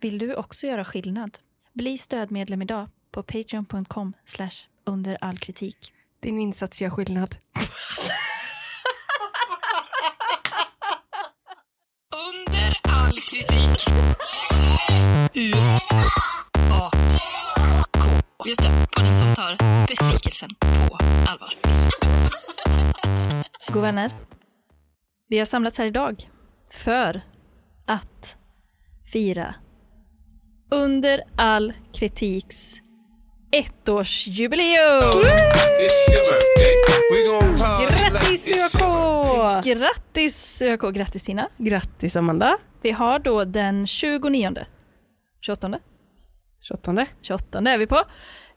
Vill du också göra skillnad? Bli stödmedlem idag på patreon.com under all kritik. Din insats gör skillnad. Under all kritik. U A K. Just det, podden som tar besvikelsen på allvar. God vänner, vi har samlats här idag för att fira Under all kritiks ettårsjubileum! It's your birthday. We gon' party like Grattis it's your ÖK! Grattis ÖK, grattis Tina! Grattis Amanda! Vi har då den 29, 28, 28. 28 är vi på,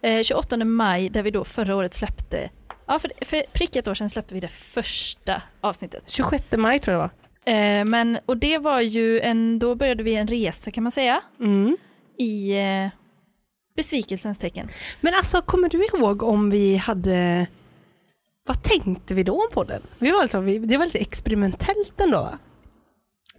eh, 28 maj där vi då förra året släppte, ja för, för prick ett år sedan släppte vi det första avsnittet. 26 maj tror jag det Eh, men, och det var ju en, då började vi en resa kan man säga, var. Mm. i eh, besvikelsens tecken. Men alltså kommer du ihåg om vi hade, vad tänkte vi då om podden? Vi var alltså, vi, det var lite experimentellt ändå va?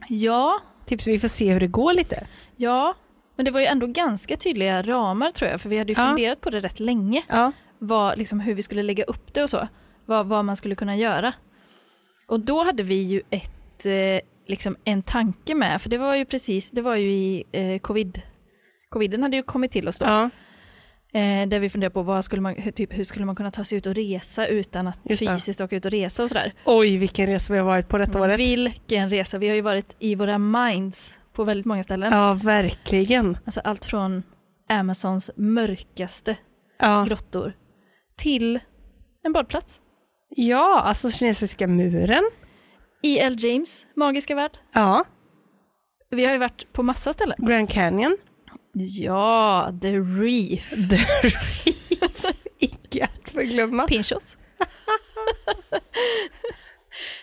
Ja. Typ så vi får se hur det går lite. Ja, men det var ju ändå ganska tydliga ramar tror jag, för vi hade ju Ja. funderat på det rätt länge, Ja. vad, liksom, hur vi skulle lägga upp det och så, vad, vad man skulle kunna göra. Och då hade vi ju ett, eh, liksom en tanke med, för det var ju precis, det var ju i eh, covid, coviden hade ju kommit till oss då. ja. Eh, där vi funderade på vad skulle man, hur, typ, hur skulle man kunna ta sig ut och resa utan att Just det. fysiskt åka ut och resa och sådär. Oj vilken resa vi har varit på detta året. Vilken resa, vi har ju varit i våra minds på väldigt många ställen. Ja verkligen. Alltså allt från Amazons mörkaste Ja. grottor till en badplats. ja, alltså kinesiska muren. E.L. E James magiska värld. Ja, Vi har ju varit på massa ställen. Grand Canyon. Ja, The Reef. Icke att förglömma. Pinchos.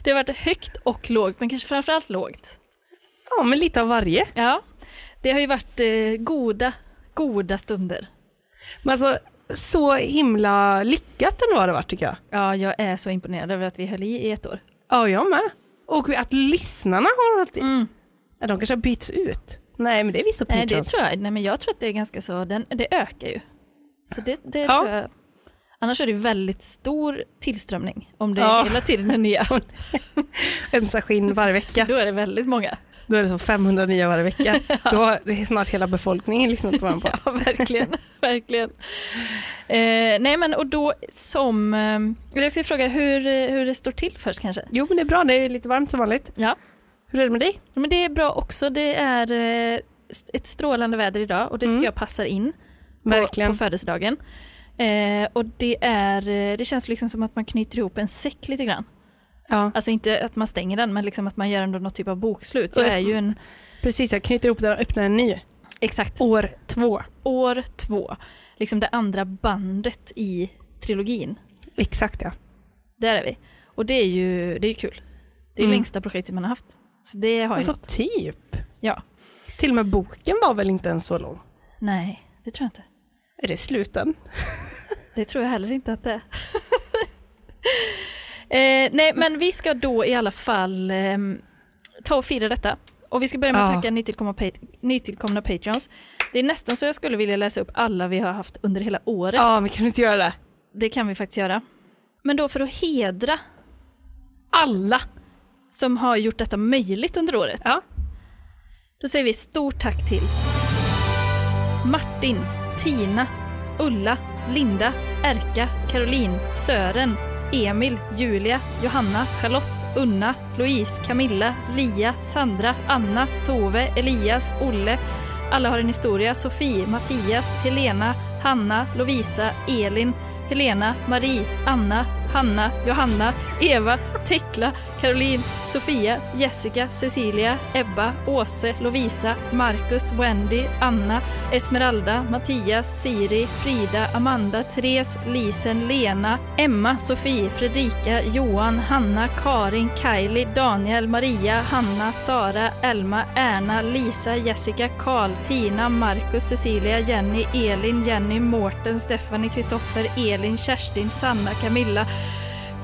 det har varit högt och lågt, men kanske framförallt lågt. Ja, men lite av varje. Ja, det har ju varit eh, goda, goda stunder. Men alltså så himla lyckat ändå har det varit tycker jag. Ja, jag är så imponerad över att vi höll i i ett år. Ja, jag med. Och att lyssnarna har hållit i. Ja, de kanske har bytts ut. Nej, men det är vissa Mm. Nej, det patrons. tror jag. Nej, men jag tror att det är ganska så, den, det ökar ju. Så det, det Ja. tror jag. Annars är det väldigt stor tillströmning om det Ja. är hela tiden är nya. Ömsa skinn varje vecka. Då är det väldigt många. Då är det så 500 nya varje vecka. Då har det är snart hela befolkningen lyssnat på varandra. Ja, verkligen. verkligen. Eh, nej, men och då som... Eh, eller jag ska fråga hur, eh, hur det står till först kanske. Jo, men det är bra. Det är lite varmt som vanligt. Ja. Hur är det med dig? Ja, Men det är bra också. Det är eh, st- ett strålande väder idag och det tycker Mm. jag passar in på, Verkligen. på födelsedagen. Eh, och det, är, eh, det känns liksom som att man knyter ihop en säck lite grann. Ja, Alltså inte att man stänger den, men liksom att man gör ändå något typ av bokslut. Jag Ja. är ju en precis. Jag knyter ihop den och öppnar en ny. exakt År två. år två, liksom det andra bandet i trilogin. Exakt, ja. Där är vi. Och det är ju, det är ju kul. Det är Mm. längsta projektet man har haft. Så det har ju Alltså något. typ. Ja. Till och med boken var väl inte ens så lång? Nej, det tror jag inte. Är det sluten? Det tror jag heller inte att det är. eh, nej, men vi ska då i alla fall ehm, ta och fira detta. Och vi ska börja med att Ja. tacka nytillkomna, pat- nytillkomna patreons. Det är nästan så jag skulle vilja läsa upp alla vi har haft under hela året. Ja, men kan du inte göra det? Det kan vi faktiskt göra. Men då för att hedra Alla! som har gjort detta möjligt under året, Ja. då säger vi stort tack till Martin, Tina, Ulla, Linda, Erka, Caroline, Sören, Emil, Julia, Johanna, Charlotte, Unna, Louise, Camilla, Lia, Sandra, Anna, Tove, Elias, Olle, Alla har en historia, Sofie, Mattias, Helena, Hanna, Lovisa, Elin, Helena, Marie, Anna, Hanna, Johanna, Eva, Tekla, Caroline, Sofia, Jessica, Cecilia, Ebba, Åse, Lovisa, Marcus, Wendy, Anna, Esmeralda, Mattias, Siri, Frida, Amanda, Therese, Lisen, Lena, Emma, Sofie, Fredrika, Johan, Hanna, Karin, Kylie, Daniel, Maria, Hanna, Sara, Elma, Erna, Lisa, Jessica, Karl, Tina, Marcus, Cecilia, Jenny, Elin, Jenny, Mårten, Stephanie, Kristoffer, Elin, Kerstin, Sanna, Camilla,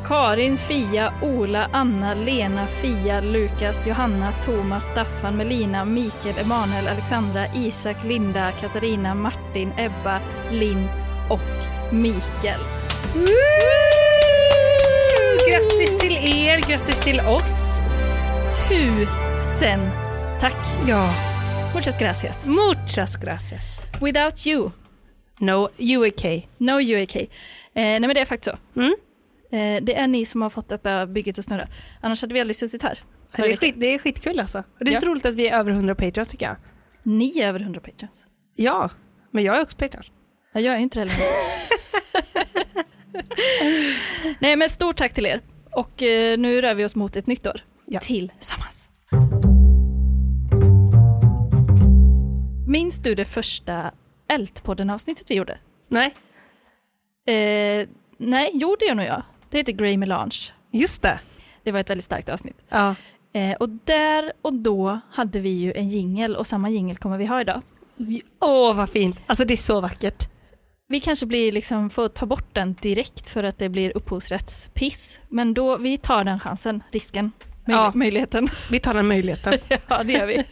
Karin, Fia, Ola, Anna, Lena, Fia, Lukas, Johanna, Thomas, Staffan, Melina, Mikael, Emanuel, Alexandra, Isak, Linda, Katarina, Martin, Ebba, Linn och Mikael. Grattis till er, grattis till oss. Tusen tack! Ja. Muchas gracias. Muchas gracias. Without you, No, UAK. no UAK. Eh, nej men det är faktiskt så. Mm. Eh, det är ni som har fått detta bygget att snurra. Annars hade vi aldrig suttit här. Det är, skit, det är skitkul alltså. Och det är så roligt att vi är över 100 patrons tycker jag. Ni är över 100 patrons. Ja, men jag är också patron. Ja, jag är ju inte det längre. Nej, men stort tack till er. Och eh, nu rör vi oss mot ett nytt år. Ja. Tillsammans. Minns du det första Ältpodden-avsnittet vi gjorde? Nej, Eh, nej, jo det gör nog jag. Det heter Grey Melange. just det. Det var ett väldigt starkt avsnitt. Ja. Eh, och där och då hade vi ju en jingel och samma jingel kommer vi ha idag. J- Åh, vad fint. Alltså det är så vackert. Vi kanske blir liksom, får ta bort den direkt för att det blir upphovsrättspiss. Men då, vi tar den chansen, risken, möj- Ja. möjligheten. Vi tar den möjligheten. ja, det gör vi.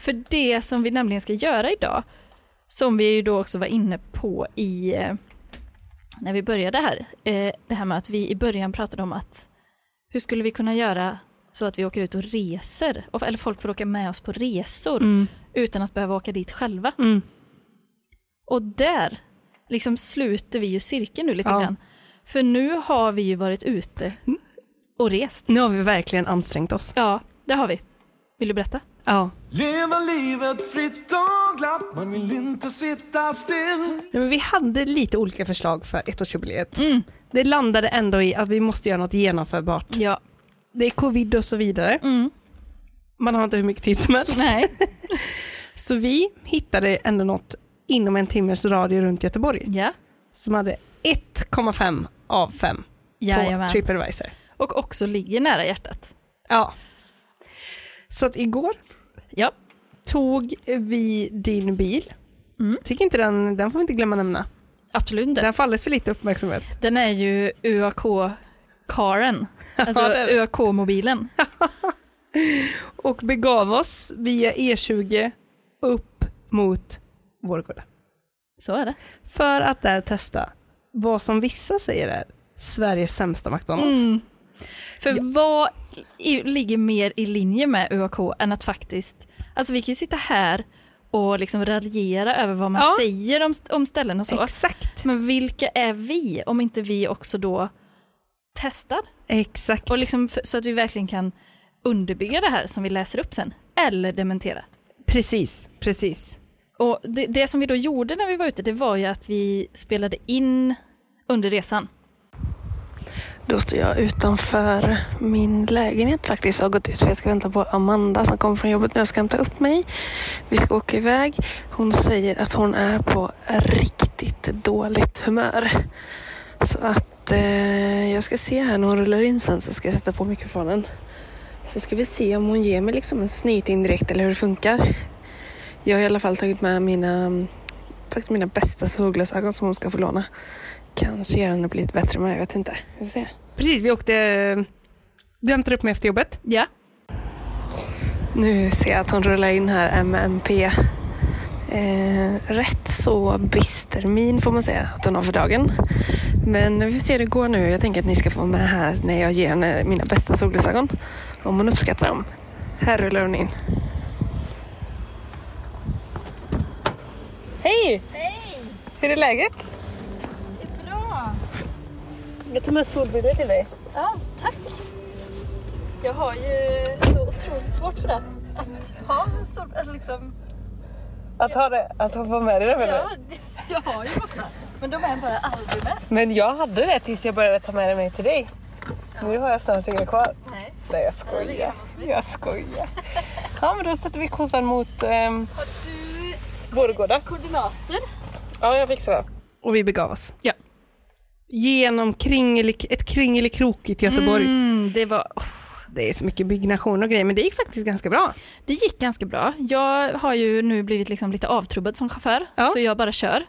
för det som vi nämligen ska göra idag, som vi ju då också var inne på i eh, när vi började här, eh, det här med att vi i början pratade om att hur skulle vi kunna göra så att vi åker ut och reser, Och- eller folk får åka med oss på resor Mm. utan att behöva åka dit själva. Mm. Och där liksom sluter vi ju cirkeln nu lite Ja. Mm. grann. För nu har vi ju varit ute och rest. Nu har vi verkligen ansträngt oss. Ja, det har vi. Vill du berätta? Ja. Leva livet fritt och glatt, man vill inte sitta still. Nej, Men vi hade lite olika förslag för ettårsjubileet. Det landade ändå i att vi måste göra något genomförbart. Ja. Det är covid och så vidare. Mm. Man har inte hur mycket tid som helst. Nej. Så vi hittade ändå något inom en timmes radie runt Göteborg Ja. som hade 1,5 av 5 på Jajamän. Tripadvisor. Och också ligger nära hjärtat. Ja. Så att igår Ja. tog vi din bil. Mm. Tycker inte den, den får vi inte glömma nämna. Absolut inte. Den får alldeles för lite uppmärksamhet. Den är ju UAK-karen. Alltså Ja, det är det. UAK-mobilen. Och begav oss via E20 upp mot Vårgårda. Så är det. För att där testa vad som vissa säger är Sveriges sämsta McDonalds. Mm. För vad i, ligger mer i linje med UAK än att faktiskt, alltså vi kan ju sitta här och liksom raljera över vad man Ja. säger om, st- om ställen och så. Exakt. Men vilka är vi om inte vi också då testar? Exakt. Och liksom f- så att vi verkligen kan underbygga det här som vi läser upp sen. Eller dementera. Precis, precis. Och det, det som vi då gjorde när vi var ute det var ju att vi spelade in under resan. Då står jag utanför min lägenhet faktiskt. Jag har gått ut för jag ska vänta på Amanda som kommer från jobbet nu och ska hämta upp mig. Vi ska åka iväg. Hon säger att hon är på riktigt dåligt humör. Så att eh, jag ska se här när hon rullar in sen så ska jag sätta på mikrofonen. Så ska vi se om hon ger mig liksom en snyting direkt eller hur det funkar. Jag har i alla fall tagit med mina, faktiskt mina bästa solglasögon som hon ska få låna. Kanske gör henne lite bättre med det, jag vet inte. Vi får se. Precis, vi åkte... Du hämtade upp mig efter jobbet. Ja, Nu ser jag att hon rullar in här, MMP. Eh, rätt så bister min får man säga att hon har för dagen. Men vi får se hur det går nu. Jag tänker att ni ska få vara med här när jag ger henne mina bästa solglasögon. Om hon uppskattar dem. Här rullar hon in. Hej! Hej! Hur är läget? Det är bra. Jag tar med solbrillor till dig. jag har ju så otroligt svårt för det. Att ha så, liksom, Att ha, det, att ha med dig dem jag har ju borta. Men de är bara aldrig med. Men jag hade det tills jag började ta med mig till dig. Nu har jag snart inga kvar. Nej. Nej, jag skojar. Jag skojar. Ja, men då sätter vi kossan mot ehm, Du, Vårgårda. koordinater? Ja, jag fixar det. Och vi begav oss. Ja. Genom kringelig, ett kringelikrokigt Göteborg. Mm, det var... oh, Det är så mycket byggnation och grejer, men det gick faktiskt ganska bra. Det gick ganska bra. Jag har ju nu blivit liksom lite avtrubbad som chaufför, Ja. så jag bara kör.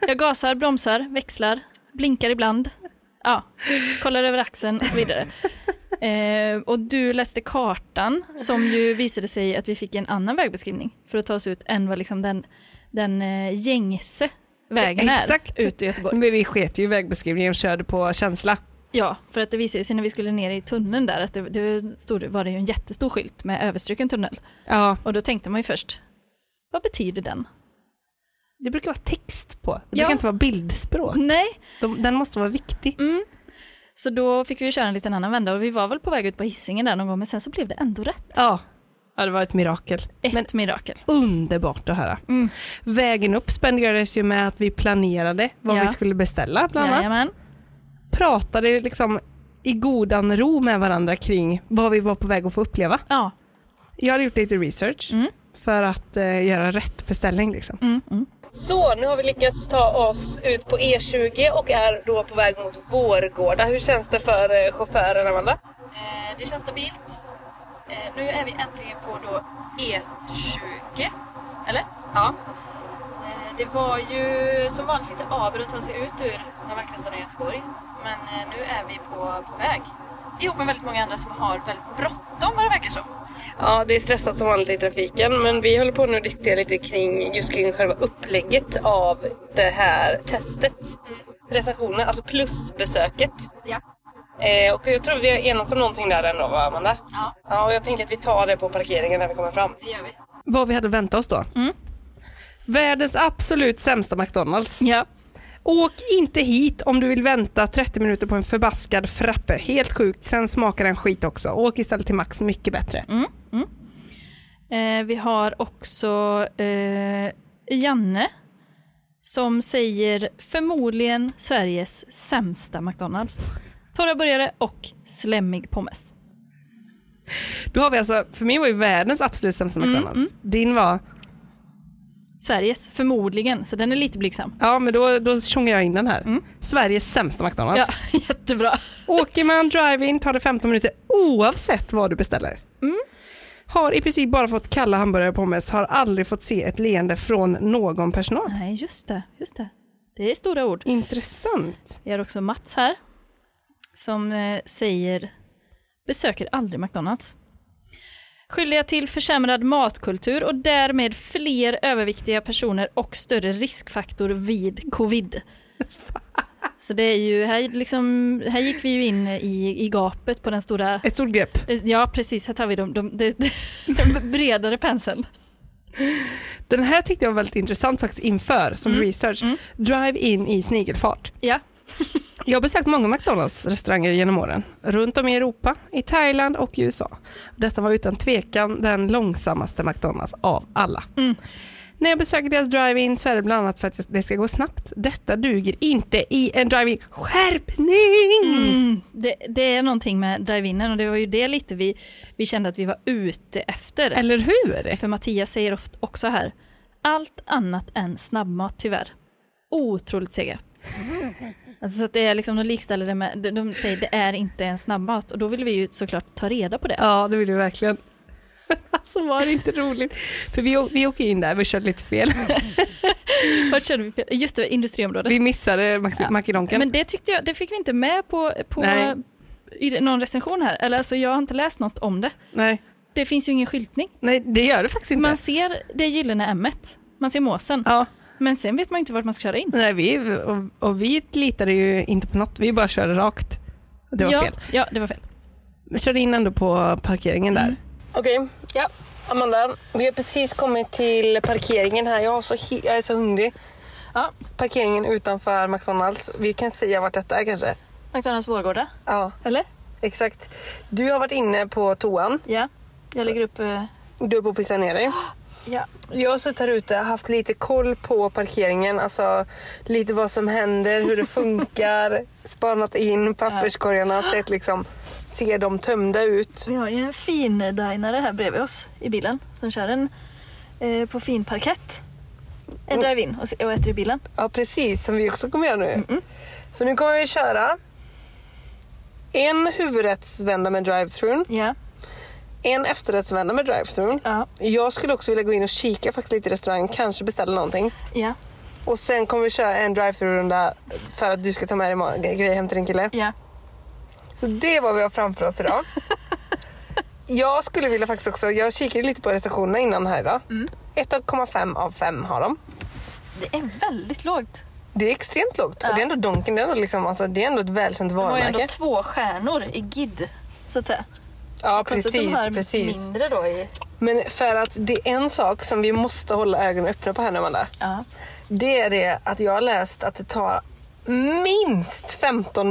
Jag gasar, bromsar, växlar, blinkar ibland. Ja, kollar över axeln och så vidare. Eh, och du läste kartan som ju visade sig att vi fick en annan vägbeskrivning för att ta oss ut än vad liksom den, den eh, gängse vägen är Exakt. ut i Göteborg. Men vi sket ju i vägbeskrivningen och körde på känsla. Ja, för att det visade sig när vi skulle ner i tunneln där att det, det stod, var det ju en jättestor skylt med överstruken tunnel. Ja, Och då tänkte man ju först, vad betyder den? Det brukar vara text på. Det Ja. brukar inte vara bildspråk. Nej, De, den måste vara viktig. så då fick vi ju köra en liten annan vända och vi var väl på väg ut på hissingen där någon gång men sen så blev det ändå rätt. Ja. ja, det var ett mirakel. Ett Men- mirakel. Underbart att höra. Mm. Vägen upp spenderades ju med att vi planerade vad Ja. vi skulle beställa bland annat. Jajamän. Pratade liksom i godan ro med varandra kring vad vi var på väg att få uppleva. Ja, Jag hade gjort lite research Mm. för att eh, göra rätt beställning. Liksom. mm, mm. Så, nu har vi lyckats ta oss ut på E20 och är då på väg mot Vårgårda. Hur känns det för eh, chauffören, Amanda? Eh, Det känns stabilt. Eh, Nu är vi äntligen på då E20. Eller? Ja. Eh, Det var ju som vanligt lite aber att ta sig ut ur den vackra staden Göteborg. Men eh, nu är vi på, på väg. Ihop med väldigt många andra som har väldigt bråttom vad det verkar som. Ja, det är stressat som vanligt i trafiken, men vi håller på nu att diskutera lite kring, just kring själva upplägget av det här testet. Recensionen, alltså plusbesöket. Ja. Eh, och jag tror vi har enats om någonting där ändå, va, Amanda? Ja, Ja, och jag tänker att vi tar det på parkeringen när vi kommer fram. det gör vi. Mm. Vad vi hade väntat oss då. Världens absolut sämsta McDonalds. Ja, Åk inte hit om du vill vänta 30 minuter på en förbaskad frappe. Helt sjukt, sen smakar den skit också. Åk istället till Max, mycket bättre. eh, vi har också eh, Janne som säger förmodligen Sveriges sämsta McDonalds. Torra burgare och slemmig pommes. Då har vi alltså, för mig var ju världens absolut sämsta McDonalds. Din var, Sveriges, förmodligen, så den är lite blygsam. ja men då, då tjongar jag in den här. Sveriges sämsta McDonalds. Ja, jättebra. Åker man drive-in tar det 15 minuter oavsett vad du beställer. Har i princip bara fått kalla hamburgare och pommes, har aldrig fått se ett leende från någon personal. Nej, just det, just det. Det är stora ord. Intressant. Vi har också Mats här som eh, säger besöker aldrig McDonalds. Skyldiga till försämrad matkultur och därmed fler överviktiga personer och större riskfaktor vid covid. Så det är ju, här, liksom, här gick vi ju in i, i gapet på den stora, Ett stort grepp. ja precis, här tar vi de, de, de, den bredare penseln. Den här tyckte jag var väldigt intressant faktiskt inför som research. Drive-in i snigelfart. Ja, Jag har besökt många McDonalds-restauranger genom åren. Runt om i Europa, i Thailand och i USA. Detta var utan tvekan den långsammaste McDonalds av alla. När jag besöker deras drive-in så är det bland annat för att det ska gå snabbt. Detta duger inte i en drive-in. Skärpning! Mm. det, det är någonting med drive-inen och det var ju det lite vi, vi kände att vi var ute efter. Eller hur? För Mattias säger ofta också här, allt annat än snabbmat tyvärr. Otroligt sega. Alltså så att det är liksom, de likställer det med, de, de säger det är inte en snabbmat och då vill vi ju såklart ta reda på det. Ja, det vill vi verkligen. Alltså var det inte roligt? För vi, å- vi åker in där, vi körde lite fel. Vart körde vi fel? Just det, industriområdet. Vi missade Mac- mackidonken. Men det tyckte jag, det fick vi inte med på, på Nej. i någon recension här. Eller alltså jag har inte läst något om det. Nej. Det finns ju ingen skyltning. Nej, det gör det faktiskt inte. Man ser det gyllene ämmet, man ser måsen. Ja, Men sen vet man ju inte vart man ska köra in. nej, vi, och, och vi litade ju inte på något, vi bara körde rakt. Det var ja, fel. Ja, det var fel. Vi körde in ändå på parkeringen där. Okej, ja. Amanda, vi har precis kommit till parkeringen här. Jag, har så he- jag är så hungrig. Ja, parkeringen utanför McDonalds. Vi kan säga vart detta är kanske. McDonalds Vårgårda, Ja, eller? exakt. Du har varit inne på toan. Ja, jag lägger upp... eh, Du är på att pissa ner dig. Ja. Jag har suttit här ute haft lite koll på parkeringen. Alltså lite vad som händer, hur det funkar. spanat in papperskorgarna, sett liksom, ser de tömda ut. Vi har ju en fin dinare här bredvid oss i bilen som kör en eh, på fin parkett. En drive-in och, s- och äter i bilen. Ja precis, som vi också kommer göra nu. För nu kommer vi köra en huvudrättsvända med drive-thrun, Ja, en efterrättsvända med drive-thrun. ja, Jag skulle också vilja gå in och kika faktiskt lite i restaurangen, kanske beställa någonting. ja. Och sen kommer vi köra en drive-thru-runda för att du ska ta med dig ma- grejer hem till din kille. Ja. Så det var vad vi har framför oss idag. jag skulle vilja faktiskt också, jag kikade lite på recensionerna innan här idag. Mm. 1,5 av 5 har de. Det är väldigt lågt. Det är extremt lågt. Ja. Och det är ändå Donken, det är ändå, liksom, alltså, det är ändå ett välkänt De har ju varumärke. ändå två stjärnor i GID. Så att säga. ja, Konstigt att de precis, har precis. mindre då i... Men för att det är en sak som vi måste hålla ögonen öppna på här nu Amanda. Ja. Det är det att jag har läst att det tar minst 15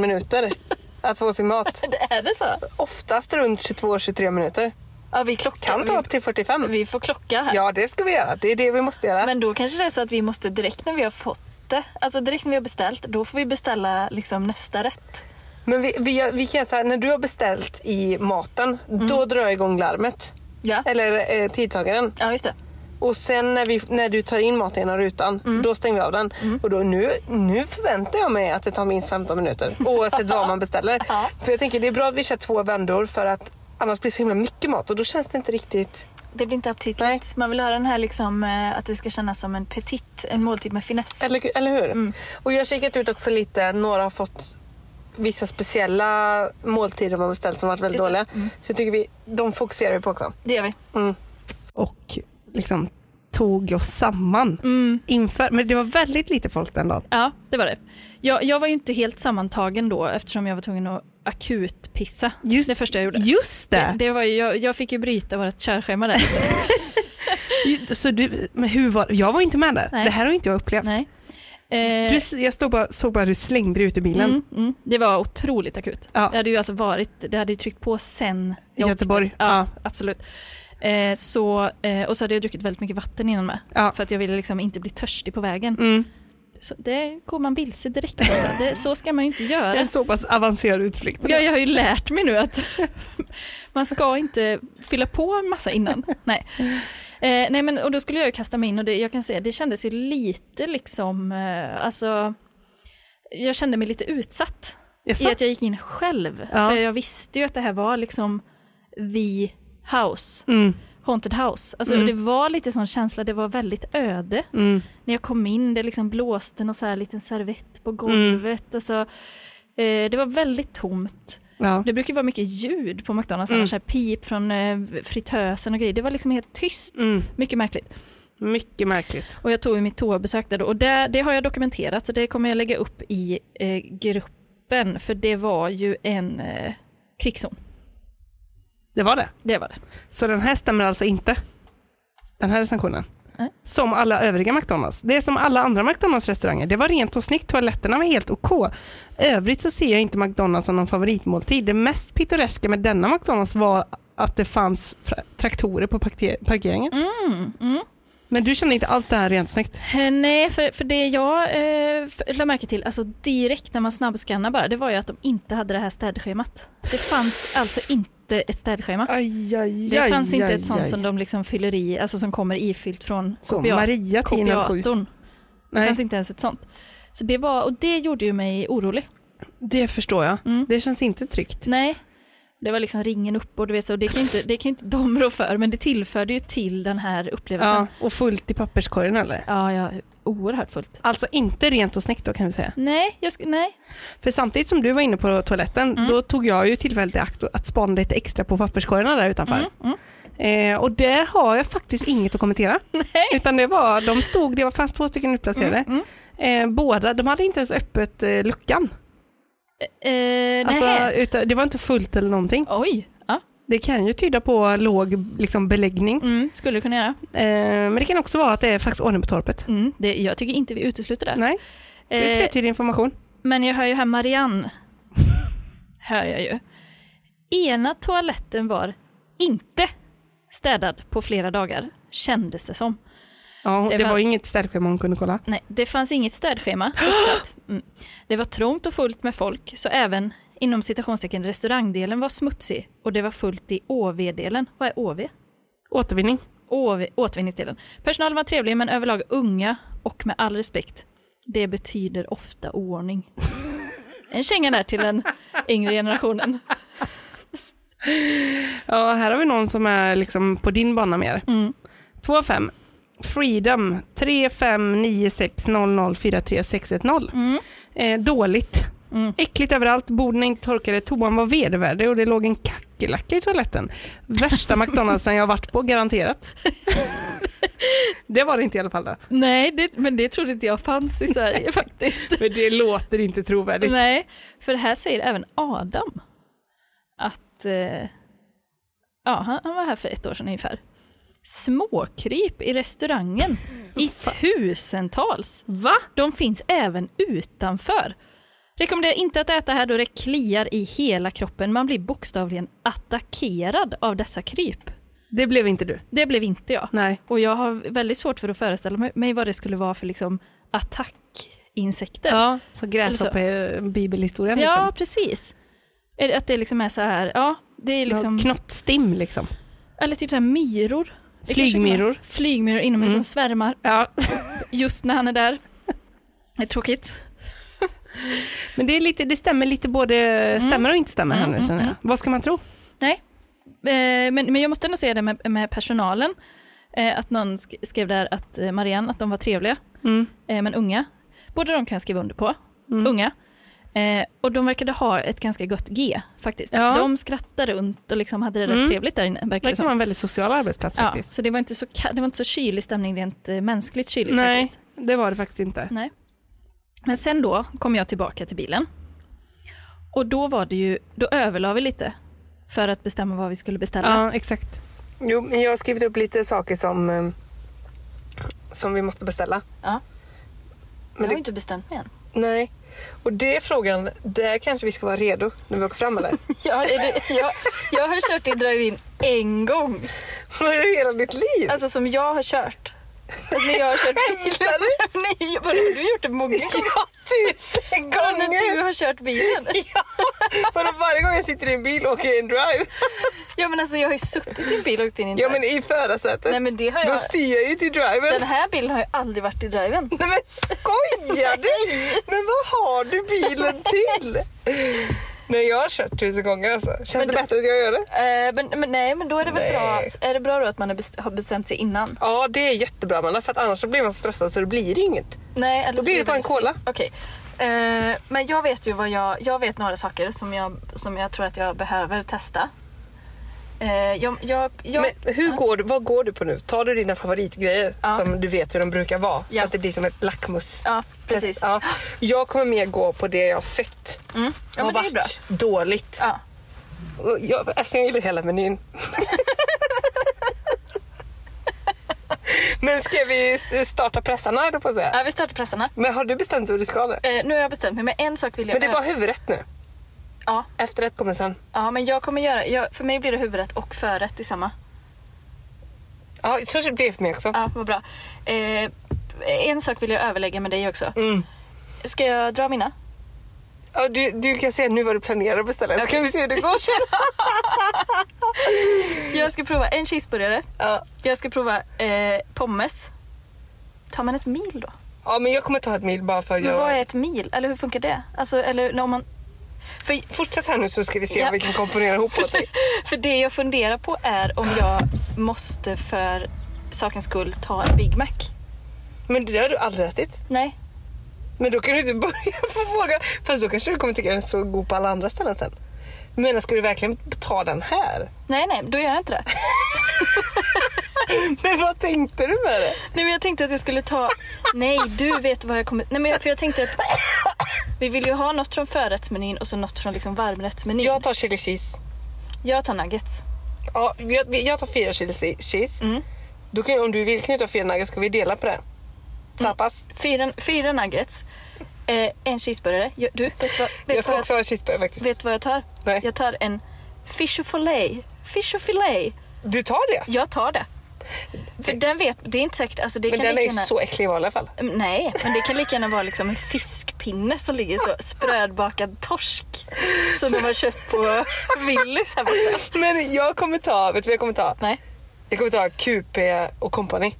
minuter att få sin mat. Det är det så? Oftast runt 22-23 minuter. Ja, vi klockar. Kan ta upp till vi, 45. vi får klocka här. Ja, det ska vi göra. Det är det vi måste göra. Men då kanske det är så att vi måste direkt när vi har fått det, alltså direkt när vi har beställt, då får vi beställa liksom nästa rätt. Men vi, vi, vi kan göra så här, när du har beställt i maten, Mm. då drar jag igång larmet. Ja, Eller eh, tidtagaren. ja just det. Och sen när, vi, när du tar in maten genom rutan, Mm. då stänger vi av den. Och då, nu, nu förväntar jag mig att det tar minst 15 minuter. Oavsett vad man beställer. Ja. För jag tänker det är bra att vi kör två vändor för att annars blir det så himla mycket mat och då känns det inte riktigt... Det blir inte aptitligt. Nej. Man vill ha den här liksom, eh, att det ska kännas som en petit, en måltid med finess. Eller, eller hur? Mm. Och jag har kikat ut också lite, några har fått vissa speciella måltider man beställt som varit väldigt Just det. Mm. dåliga. Så jag tycker vi, de fokuserar vi på också. Det gör vi. och liksom tog oss samman Mm. inför. Men det var väldigt lite folk den dagen. Ja, det var det. Jag, jag var ju inte helt sammantagen då eftersom jag var tvungen att akutpissa Just- det första jag gjorde. Just det! Det var ju, jag, jag fick ju bryta vårt körschema där. Ju- Så du, men hur var, jag var inte med där. Nej. Det här har inte jag upplevt. Nej. Eh, Du, s- jag stod bara, såg bara du slängde dig ut ur bilen. mm, mm, det var otroligt akut. Ja. Det hade ju alltså varit, det hade ju tryckt på sen I jag Göteborg. åkte. Ja, Ja. absolut. Eh, så, eh, och så hade jag druckit väldigt mycket vatten innan med. Ja. För att jag ville liksom inte bli törstig på vägen. Mm. Så det går man vilse direkt alltså. det, Så ska man ju inte göra. En så pass avancerad utflykt. Ja, jag har ju lärt mig nu att man ska inte fylla på en massa innan. Nej. Eh, nej men, och då skulle jag ju kasta mig in och det, jag kan säga, det kändes ju lite liksom, eh, alltså, jag kände mig lite utsatt Jaså? i att jag gick in själv. Ja. För jag visste ju att det här var liksom the house, Mm, haunted house. Alltså, Mm. Det var lite sån känsla, det var väldigt öde mm. när jag kom in, det liksom blåste någon så här liten servett på golvet. Alltså, eh, det var väldigt tomt. Ja. Det brukar ju vara mycket ljud på McDonalds, annars så här pip från eh, fritösen och grejer. Det var liksom helt tyst. Mm. Mycket märkligt. Mycket märkligt. Och jag tog ju mitt toabesök där då. Och det, det har jag dokumenterat, så det kommer jag lägga upp i eh, gruppen. För det var ju en eh, krigszon. Det var det. Det var det. Så den här stämmer alltså inte? Den här recensionen? Nej. Som alla övriga McDonalds. Det är som alla andra McDonalds-restauranger. Det var rent och snyggt, toaletterna var helt OK. Övrigt så ser jag inte McDonalds som någon favoritmåltid. Det mest pittoreska med denna McDonalds var att det fanns fra- traktorer på parker- parkeringen. Mm. Men du kände inte alls det här rent och snyggt? Eh, Nej, för, för det jag eh, f- lade märke till, alltså direkt när man snabbskannar bara, det var ju att de inte hade det här städschemat. Det fanns alltså inte ett städschema. Aj, aj, Det fanns inte ett sånt som de liksom fyller i, alltså som kommer ifyllt från Så, kopiat- Maria 1007. kopiatorn. Det Nej, fanns inte ens ett sånt. Så det var, och det gjorde ju mig orolig. det förstår jag. Mm. Det känns inte tryggt. Nej. Det var liksom ringen upp och du vet så, det kan ju inte, det kan ju inte de rå för, men det tillförde ju till den här Ja, upplevelsen. och fullt i papperskorgen eller? Ja, ja, oerhört fullt. Alltså inte rent och snyggt då kan vi säga. Nej, jag skulle, nej. För samtidigt som du var inne på toaletten, Mm. då tog jag ju tillfället i akt att spana lite extra på papperskorgarna där utanför. Mm, Eh, och där har jag faktiskt inget att kommentera. Utan det var, de stod, det var fast två stycken utplacerade. Mm, Eh, båda, de hade inte ens öppet eh, luckan. Eh, Alltså, nej. utan, det var inte fullt eller någonting. Oj, ja. Det kan ju tyda på låg liksom, beläggning. Mm, skulle du kunna göra. Eh, men det kan också vara att det är faktiskt ordning på torpet. Mm, det, jag tycker inte vi utesluter det. Nej, det är Eh, tvetydig information. Men jag hör ju här Marianne. hör jag ju. Ena toaletten var inte städad på flera dagar, kändes det som. Ja, hon- det det, var- var inget städschema hon kunde kolla. Nej, det fanns inget städschema uppsatt. Mm. Det var trångt och fullt med folk, så även inom citationstecken restaurangdelen var smutsig och det var fullt i OV-delen. Vad är OV? Återvinning. OV återvinningsdelen. Personalen var trevlig men överlag unga och med all respekt. Det betyder ofta oordning. En känga där till den yngre generationen. Mm. Ja, här har vi någon som är liksom på din bana mer. Två av fem. Freedom 3596004361. Mm. Eh, dåligt. Mm. Äckligt överallt, borden inte torkade, toan var vedervärdig och det låg en kackerlacka i toaletten. Värsta McDonaldsen jag har varit på, garanterat. det var det inte i alla fall då. Nej, det, men det trodde inte jag fanns i Sverige faktiskt. Men det låter inte trovärdigt. Nej, för här säger även Adam att eh, ja, han, han var här för ett år sedan ungefär. Småkryp i restaurangen i tusentals. Va? De finns även utanför. Rekommenderar inte att äta här då det kliar i hela kroppen. Man blir bokstavligen attackerad av dessa kryp. Det blev inte du. Det blev inte jag. Nej. Och jag har väldigt svårt för att föreställa mig- mig vad det skulle vara för liksom attackinsekter. Ja, så gräshoppa-bibelhistorien liksom. Ja, precis. Eller Att det liksom är så här, ja, det är liksom, Knottstim liksom. eller typ så här myror. Det kanske kan Flygmyror. vara- Flygmyror inomhus som svärmar Ja. just när han är där. Det är tråkigt. Men det, är lite, det stämmer lite både stämmer och inte stämmer här nu känner jag. Vad ska man tro? Eh, men, men jag måste ändå säga det med, med personalen, eh, att någon sk- skrev där att eh, Marianne, att de var trevliga, Mm. eh, men unga. Båda de kan jag skriva under på, unga. Eh, och de verkade ha ett ganska gött G faktiskt. Ja. De skrattade runt och liksom hade det rätt Mm. trevligt där inne. Verkar det verkar som. vara en väldigt social arbetsplats Ja, faktiskt. så det var, inte så, ka- det var inte så kylig stämning rent eh, mänskligt kyligt Nej, faktiskt. det var det faktiskt inte. Nej. Men sen då kom jag tillbaka till bilen. Och då var det ju, då överlade vi lite för att bestämma vad vi skulle beställa. Ja, exakt. Jo, men jag har skrivit upp lite saker som, eh, som vi måste beställa. Ja. Men det, inte bestämt mig än. nej. Och det är frågan, där kanske vi ska vara redo när vi åker fram eller? Ja, är det, jag, jag har kört i drive-in en gång. Vad är det hela ditt liv? Alltså som jag har kört. Alltså, när jag har kört bilen. Nej, vadå, du har gjort det många gånger. ja, tusen Ja, När du gånger! har kört bilen. Vadå varje gång jag sitter i en bil åker jag en drive? Ja men alltså jag har ju suttit i en bil och åkt in i en Ja drive-in. men i förarsätet. Nej men det har Då jag. styr jag ju till driven. Den här bilen har ju aldrig varit i driven. Nej men skojar du? Men vad har du bilen till? Nej jag har kört tusen gånger alltså. Känns det bättre att jag gör det? Eh, men, men nej, men då är det väl Nej. bra. Är det bra då att man har best- har bestämt sig innan? Ja det är jättebra Amanda för att annars så blir man så stressad så det blir inget. Nej, eller Då så blir det bara en väldigt- cola. Okej. Eh, men jag vet ju vad jag... Jag vet några saker som jag, som jag tror att jag behöver testa. Eh, jag, jag, jag, Men hur går du, vad går du på nu? Tar du dina favoritgrejer Ja. som du vet hur de brukar vara? Ja. Så att det blir som ett lackmus. ja, precis. Ja. Jag kommer mer gå på det jag har sett. Mm. Ja, har men det är bra. varit dåligt. Ja. Och Jag, alltså jag gillar hela menyn. Men ska vi s- starta pressarna då på att säga? Ja, vi startar pressarna. Men har du bestämt hur du ska ha det? Eh, nu har jag bestämt mig, men en sak vill jag... Men det är bara huvudrätt nu. Ja. Efterrätt kommer sen. Ja, men jag kommer göra... Jag, för mig blir det huvudrätt och förrätt i samma. Ja, så kanske det blir för mig också. Ja, vad bra. Eh, en sak vill jag överlägga med dig också. Mm. Ska jag dra mina? Ja, du, du kan säga nu vad du planerar att beställa så kan vi se hur det går sen. Jag ska prova en cheeseburgare. Ja. Jag ska prova eh, pommes. Tar man ett mil då? ja, men jag kommer ta ett mil bara för att Men vad är jag... ett mil? Eller hur funkar det? Alltså, eller om man... för, Fortsätt här nu så ska vi se Ja. om vi kan komponera ihop åt dig. för det jag funderar på är om jag måste för sakens skull ta en Big Mac. Men det där har du aldrig ätit. Nej. Men då kan du inte börja på frågan. Fast då kanske du kommer tycka den är så god på alla andra ställen sen. Men ska du verkligen ta den här? Nej, nej, då gör jag inte det. Men vad tänkte du med det? Nej, men jag tänkte att jag skulle ta... Nej, du vet vad jag kommer... Nej, men jag, för jag tänkte att... Vi vill ju ha något från förrättsmenyn och så något från liksom varmrättsmenyn. Jag tar chili cheese. jag tar nuggets. Ja, jag, jag tar fyra chili se- cheese. Mm. Du kan, om du vill kan du ta fyra nuggets så kan vi dela på det. Mm. Tapas. Fyra, fyra nuggets. Eh, en cheeseburgare. Jag- Du, vet vad, jag vet ska vad också ha cheeseburgare faktiskt. Vet du vad jag tar? Nej. Jag tar en fish och fillet. Fish och fillet. Du tar det? Jag tar det. För den vet, det är inte säkert, alltså det Men kan den är lika ju gärna... så äcklig i vanliga fall. Mm, Nej, men det kan lika gärna vara liksom en fiskpinne som ligger så sprödbakad torsk. Som de har köpt på Willys här borta. Men jag kommer ta, vet du vad jag kommer ta? Nej. Jag kommer ta QP och company.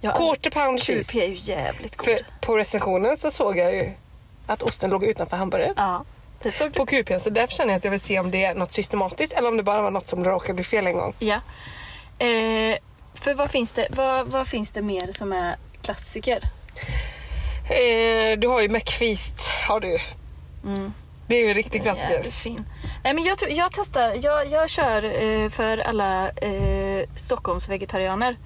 Jag Quarter pound QP cheese. är ju jävligt god. För på recensionen så såg jag ju att osten låg utanför hamburgaren. Ja, det såg du. på QP'n så därför känner jag att jag vill se om det är något systematiskt eller om det bara var något som råkade bli fel en gång. Ja. Eh, För vad finns, det, vad, vad finns det mer som är klassiker? Eh, du har ju McFeast. Har du. Mm. Det är ju en riktig klassiker. Jävligt fin. Nej, men jag, tror, jag testar, jag, jag kör eh, för alla eh, Stockholmsvegetarianer.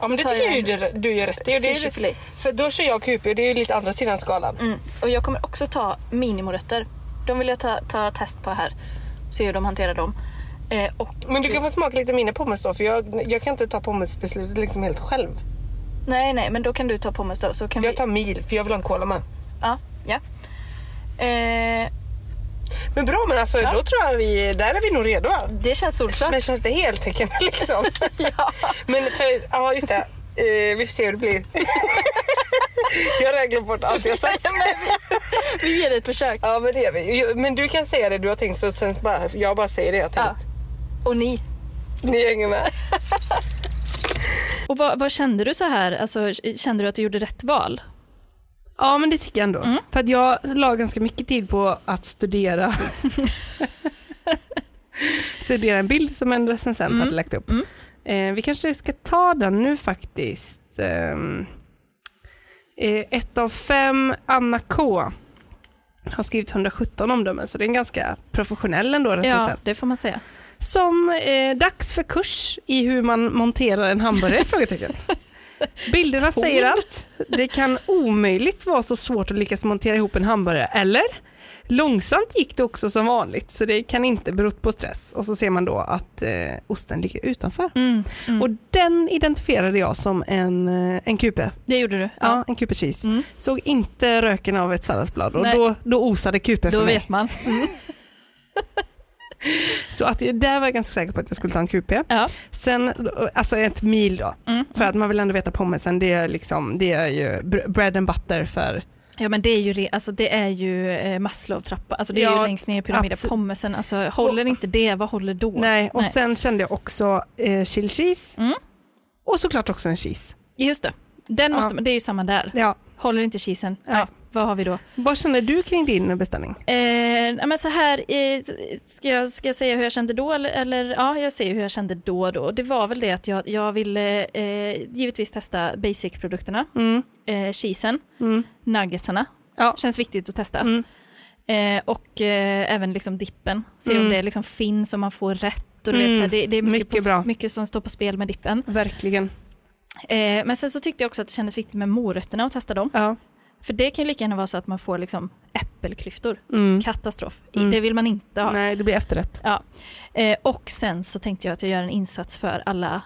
Ja, men det Så tar tycker jag jag ju du, du gör rätt i. Och det är, ju- Fish för då kör jag QP och det är ju lite andra sidan skalan. Mm. Och jag kommer också ta minimorötter. De vill jag ta, ta test på här. Se hur de hanterar dem. Eh, och, Men du kan få smaka lite mina pommes då för jag, jag kan inte ta pommesbeslutet liksom helt själv. Nej, nej, men då kan du ta pommes då. Så kan Jag vi... tar mil för jag vill ha en cola med. Ja, ja. Eh, Men bra men alltså då tror jag vi, där är vi nog redo. va? det känns solklart. Men känns det heltäckande liksom? Ja. Men för, ja just det. Eh, vi får se hur det blir. jag har redan glömt bort allt jag sagt. Vi ger det ett försök. Ja men det gör vi. Jo, Men du kan säga det du har tänkt så sen bara, jag bara säger det jag har Ja. tänkt. Och ni. Ni hänger med. Och vad, vad kände du så här, alltså kände du att du gjorde rätt val? Ja, men det tycker jag ändå. För att jag la ganska mycket tid på att studera. studera en bild som en recensent hade lagt upp. Eh, vi kanske ska ta den nu faktiskt. Ehm, Eh, ett av fem, Anna K. Har skrivit 117 omdömen, så det är en ganska professionell ändå recensent. Ja, det får man säga. Som eh, dags för kurs i hur man monterar en hamburgare? frågetecken. Bilderna säger allt. Det kan omöjligt vara så svårt att lyckas montera ihop en hamburgare, eller? Långsamt gick det också som vanligt, så det kan inte berott på stress. Och så ser man då att eh, osten ligger utanför. Mm. Och den identifierade jag som en, eh, en kupe. Det gjorde du. Ja, en kupe cheese. Mm. Såg inte röken av ett salladsblad och Nej. då, då osade kupe för Då mig. vet man. Så att, där var jag ganska säker på att jag skulle ta en kupe. Ja. Sen, alltså ett mil då. Mm. För att man vill ändå veta pommesen, det är, liksom, det är ju br- bread and butter för... Ja men det är ju, re, alltså, det är ju eh, Maslow-trappa, alltså, det är Ja, ju längst ner i pyramiden. absolut. Pommesen, alltså, håller inte det, vad håller då? Nej, och Nej. sen kände jag också eh, chill cheese. Mm. Och såklart också en cheese. Just det, Den Ja. måste, man- det är ju samma där. Ja. Håller inte cheesen, Nej. ja, vad har vi då? Vad känner du kring din beställning? Eh, ja, men så här, eh, ska, jag, ska jag säga hur jag kände då? Eller, eller, ja, jag säger hur jag kände då. då. Det var väl det att jag, jag ville eh, givetvis testa basic-produkterna. Mm. Eh, cheesen, Mm. nuggetsarna. Ja. Känns viktigt att testa. Mm. Eh, och eh, även liksom dippen. Se Mm. om det liksom finns, om man får rätt. Och du Mm. vet, så här, det, det är mycket, Mycket på, bra. mycket som står på spel med dippen. Verkligen. Eh, men sen så tyckte jag också att det kändes viktigt med morötterna och testa dem. Ja. För det kan ju lika gärna vara så att man får liksom äppelklyftor. Mm. Katastrof. I- Mm. Det vill man inte ha. Nej, det blir efterrätt. Eh, och sen så tänkte jag att jag gör en insats för alla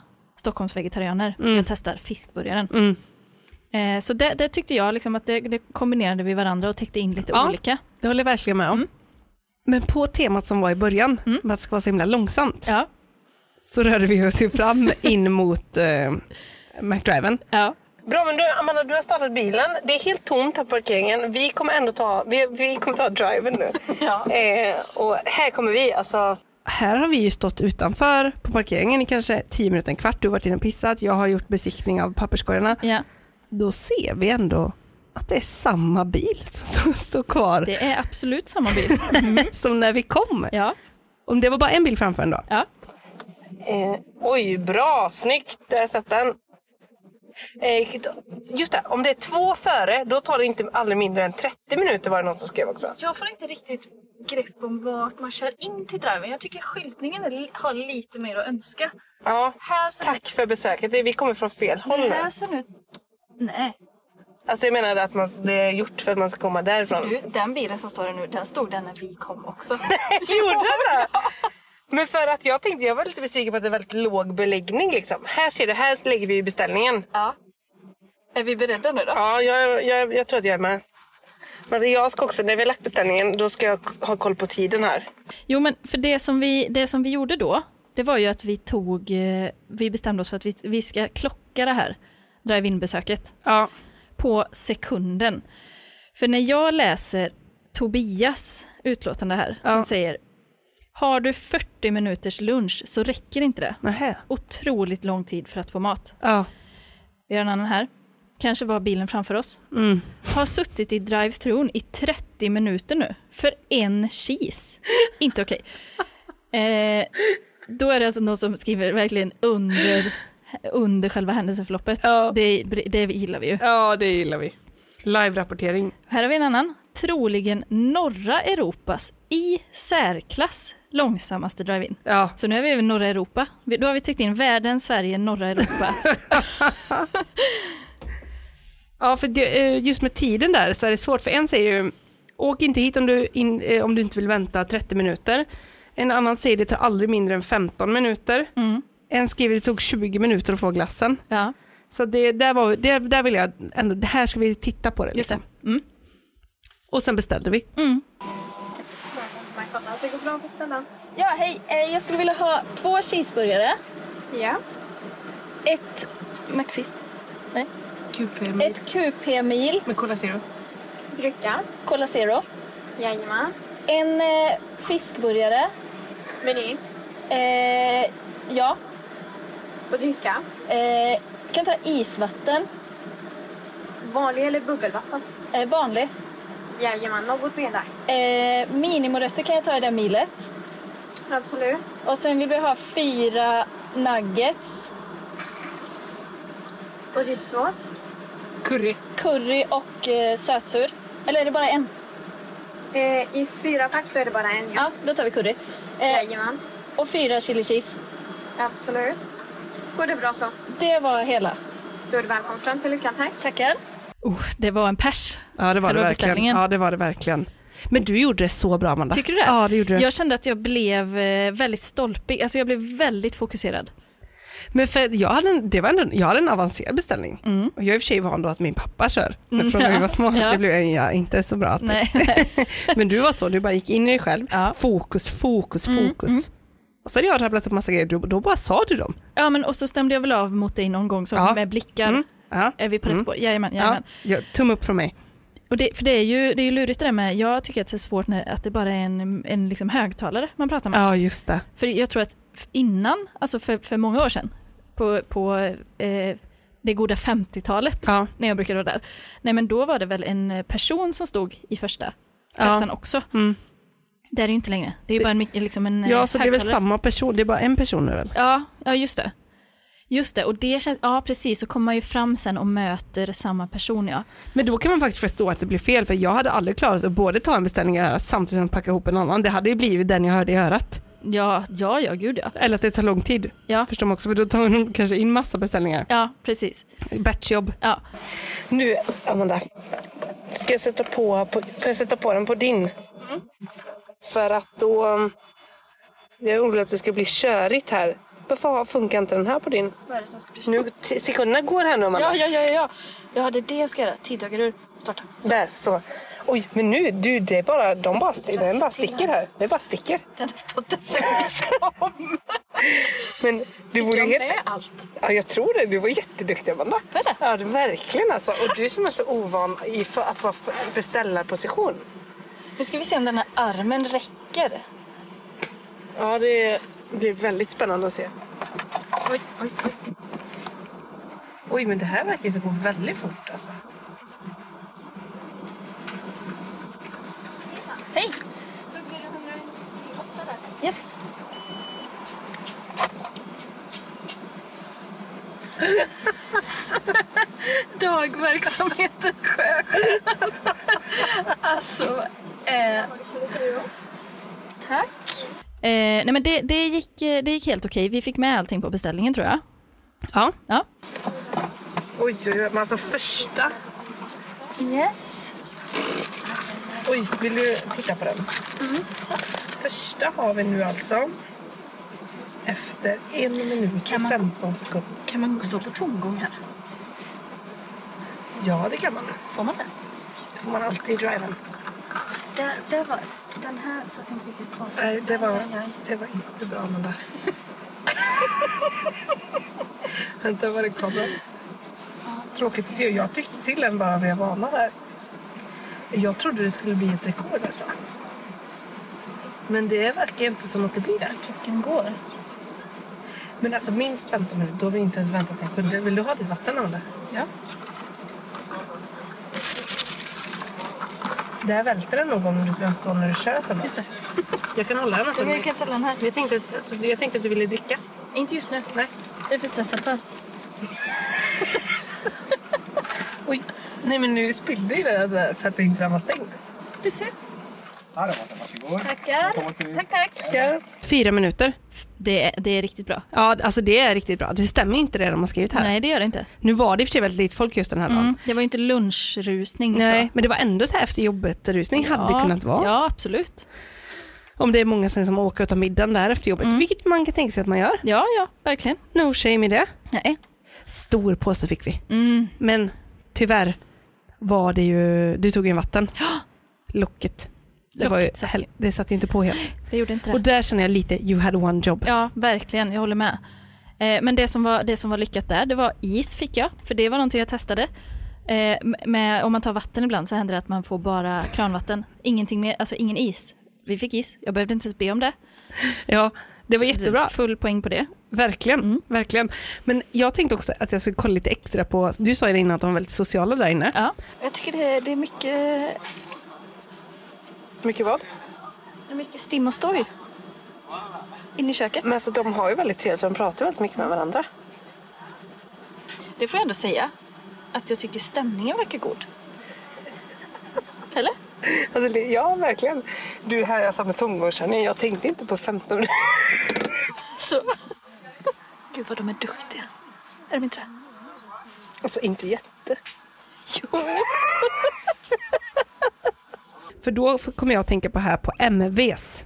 Stockholmsvegetarianer. Mm. Jag testar fiskburgaren. Mm. Eh, så det, det tyckte jag liksom att det, det kombinerade vi varandra och täckte in lite Ja. olika. Det håller jag verkligen med om. Mm. Men på temat som var i början, Mm. med att det ska vara så himla långsamt, Ja, så rörde vi oss ju fram in mot eh, McDriven. ja. Bra men du, Amanda du har startat bilen. Det är helt tomt här på parkeringen. Vi kommer ändå ta, vi, vi kommer ta driven nu. Eh, och här kommer vi alltså. här har vi ju stått utanför på parkeringen i kanske 10 minuter, en kvart. Du har varit inne och pissat, jag har gjort besiktning av papperskorgarna. ja. Då ser vi ändå att det är samma bil som står- står kvar Det är absolut samma bild. som när vi kom. Ja, Om det var bara en bil framför ändå. ja. Eh, oj, bra, snyggt. Där satt den. Eh, just det, om det är två före då tar det inte aldrig mindre än 30 minuter var det någon som skrev också. Jag får inte riktigt grepp om vart man kör in till driven. Jag tycker skyltningen är- har lite mer att önska. Ja, Här ser tack för besöket. Det- Vi kommer från fel håll nu... nu. Mm. Här ser nu... Nej, Alltså jag menar att man, det är gjort för att man ska komma därifrån. du, den bilen som står där nu, den stod där när vi kom också. Gjorde den det? Men för att jag tänkte, jag var lite besviken på att det är väldigt låg beläggning liksom. Här ser du, här lägger vi ju beställningen. Ja. Är vi beredda nu då? Ja, jag, jag, jag tror att jag är med. Men alltså jag ska också, när vi har lagt beställningen, då ska jag k- ha koll på tiden här. Jo, men för det som vi, det som vi gjorde då, det var ju att vi tog, eh, vi bestämde oss för att vi, vi ska klocka det här drive-in-besöket Ja. på sekunden. För när jag läser Tobias utlåtande här, Ja. som säger har du 40 minuters lunch så räcker inte det. Nähä. Otroligt lång tid för att få mat. Ja. Vi har en annan här. Kanske var bilen framför oss. Mm. Har suttit i drive-thrun i 30 minuter nu för en cheese. Inte okej. Eh, då är det alltså någon som skriver verkligen under under själva händelseförloppet. Ja. Det, det gillar vi ju. Ja, det gillar vi. Live-rapportering. Här har vi en annan. Troligen norra Europas i särklass långsammaste drive-in. Ja, Så nu är vi över norra Europa. Vi- Då har vi täckt in världen, Sverige, norra Europa. ja för det, eh, just med tiden där så är det svårt. För en säger ju, åk inte hit om du, in, eh, om du inte vill vänta 30 minuter. En annan säger det tar aldrig mindre än 15 minuter. Mm. En skriver det tog 20 minuter att få glassen. Ja, Så det, där, var, det, där vill jag ändå, det här ska vi titta på det. just det. Liksom. Mm. Och sen beställde vi. Ja, hej. Eh, Jag skulle vilja ha två cheeseburgare. Ja. Ett McFist. Nej. QPM Ett QP-mil. med Cola Zero. Dricka. Cola Zero. Jajamän. En eh, fiskburgare. Meny. Eh, ja. Och dricka. Eh, kan ta isvatten. Vanlig eller bubbelvatten? Eh, vanlig. Jajamän, något mer där. Eh, minimorötter kan jag ta i det milet. Absolut. Och sen vill vi ha fyra nuggets. Och ribsås. Curry. Curry och eh, sötsur. Eller är det bara en? Eh, I fyra pack så är det bara en. Ja. Ja, då tar vi curry. Eh, Jajamän. och fyra chili cheese. Absolut. Går det bra så? Det var hela. Då är du välkommen fram till luckan, tack. Tackar. Oh, Det var en pers. Ja, det Själva var det verkligen. beställningen. Ja, det var det verkligen. Men du gjorde det så bra, Amanda. Tycker du det? Ja, det gjorde du. Jag kände att jag blev eh, väldigt stolpig. Alltså jag blev väldigt fokuserad. Men för jag hade en, det var ändå, jag hade en avancerad beställning. Och jag är i och för sig van då att min pappa kör. Men från när vi var små, Mm. Ja. det blev jag ja, inte så bra. Alltid. Nej. Men du var så, du bara gick in i dig själv. Ja. Mm, Fokus, fokus, fokus. Och så hade jag rabblat upp massa grejer, då, då bara sa du dem. Ja, men och så stämde jag väl av mot dig någon gång så Ja. med blickar. Mm. Ja. Är vi på rätt Mm. spår? Jajamän, Ja, jajamän. ja, tum upp från mig. Och det, för det är ju det är ju lurigt det där med, jag tycker att det är svårt när, att det bara är en, en liksom högtalare man pratar med. Ja, just det. För jag tror att f- innan, alltså för, för många år sedan, på, på eh, det goda 50-talet, Ja. när jag brukade vara där, nej men då var det väl en eh, person som stod i första kassan också. Mm. Det är det ju inte längre, det är ju bara en, mik- liksom en eh, Ja, så det är väl högtalare. samma person, det är bara en person nu väl? Ja, ja just det. Just det, och det känns, ja precis, så kommer man ju fram sen och möter samma person ja. Men då kan man faktiskt förstå att det blir fel, för jag hade aldrig klarat att både ta en beställning i örat samtidigt som packa ihop en annan. Det hade ju blivit den jag hörde i örat. Ja, ja, ja gud ja. Eller att det tar lång tid. Ja. Förstår man också, för då tar man kanske in massa beställningar. Ja, precis. Batchjobb. Ja. Nu, Amanda. Ska jag sätta på, på, får jag sätta på den på din? För att då... um, Jag är orolig att det ska bli körigt här. Varför har- funkar inte den här på din? Vad är det som ska bli Nu, t- sekunderna går här nu, Amanda. Ja, ja, ja, ja, ja. Jag hade det jag ska göra. Tiddagar ur. Starta. Där, så. Oj, men nu, du, det är bara, de bara, st- den bara sticker här. Det bara sticker. Den har stått där sen vi kom. Men du vore ju helt... med allt? Ja, jag tror det. Du var jätteduktig, Amanda. det? Ja, det- verkligen alltså. Och du som är så ovan i för att vara för- beställarposition. Nu ska vi se om den här armen räcker. Ja, det blir väldigt spännande att se. Oj, oj, oj. Oj, men det här verkar ju så gå väldigt fort alltså. Hej! Då blir det 198 där. Yes. Dagverksamheten sjöstjärna. alltså, eh, Eh, nej men det, det, gick, eh, det gick helt okej. Vi fick med allting på beställningen tror jag. Ja. Ja. Oj, oj, oj, men alltså första. yes. Oj, vill du titta på den? Mm, Första har vi nu alltså efter en minut Kan och man- 15 sekunder. Kan man stå på tomgång här? Ja, det kan man. Får man det? Det får man alltid i driven. Där, där var den här satt inte riktigt kvar. Nej, det var, det var inte bra, Amanda. Vänta, var det kommer. Tråkigt att se. Jag tyckte till den bara när jag varnade där. Jag trodde det skulle bli ett rekord alltså. Men det verkar inte som att det blir det. Klockan går. Men alltså minst 15 minuter, då har vi inte ens väntat en sjunde. Vill du ha ditt vatten Amanda? Ja. Där välter den nog om du ska stå när du kör sen. Just det. Jag kan hålla den alltså. Men jag kan ta den här. Jag tänkte, att- alltså, jag tänkte att du ville dricka. Inte just nu. Nej. Det är för stressat för. Oj. Nej men nu spillde ju det där för att inte den var stängd. Du ser. Här har vatten, varsågod. Tackar. Välkommen till- Tack, tack. Fyra minuter. Det är, det är riktigt bra. Ja, alltså det är riktigt bra. Det stämmer inte det de har skrivit här. Nej, det gör det inte. Nu var det i och för sig väldigt lite folk just den här dagen. Mm. Det var ju inte lunchrusning. Nej, så. men det var ändå så här efter jobbet-rusning hade det Alltså. Ja, kunnat vara. Ja, absolut. Om det är många som liksom åker och tar middagen där efter jobbet, Mm. vilket man kan tänka sig att man gör. Ja, ja, verkligen. No shame i det. Nej. Stor påse fick vi. Mm. Men tyvärr var det ju, du tog ju en vatten. Locket. Det, var ju, Locket satt ju. hel- det satt ju inte på helt. Det gjorde inte det. Och där känner jag lite, you had one job. Ja, verkligen. Jag håller med. Eh, men det som, var, det som var lyckat där, det var is fick jag. För det var någonting jag testade. Eh, m- med, om man tar vatten ibland så händer det att man får bara kranvatten. Ingenting mer, alltså ingen is. Vi fick is. Jag behövde inte ens be om det. Ja, det var jättebra. Full poäng på det. Verkligen, Mm. verkligen. Men jag tänkte också att jag skulle kolla lite extra på, du sa ju det innan att de var väldigt sociala där inne. Ja. Jag tycker det, det är mycket... Mycket vad? Det är mycket stim och stoj. In i köket. Men alltså, de har ju väldigt trevligt, de pratar väldigt mycket med varandra. Det får jag ändå säga. Att jag tycker stämningen verkar god. Eller? Alltså, det- ja, verkligen. Du, här jag sa med tångborstning, jag tänkte inte på 15 minuter. Så. Gud vad de är duktiga. Är de inte det? Alltså, inte jätte. För då f- kommer jag att tänka på här på MVs,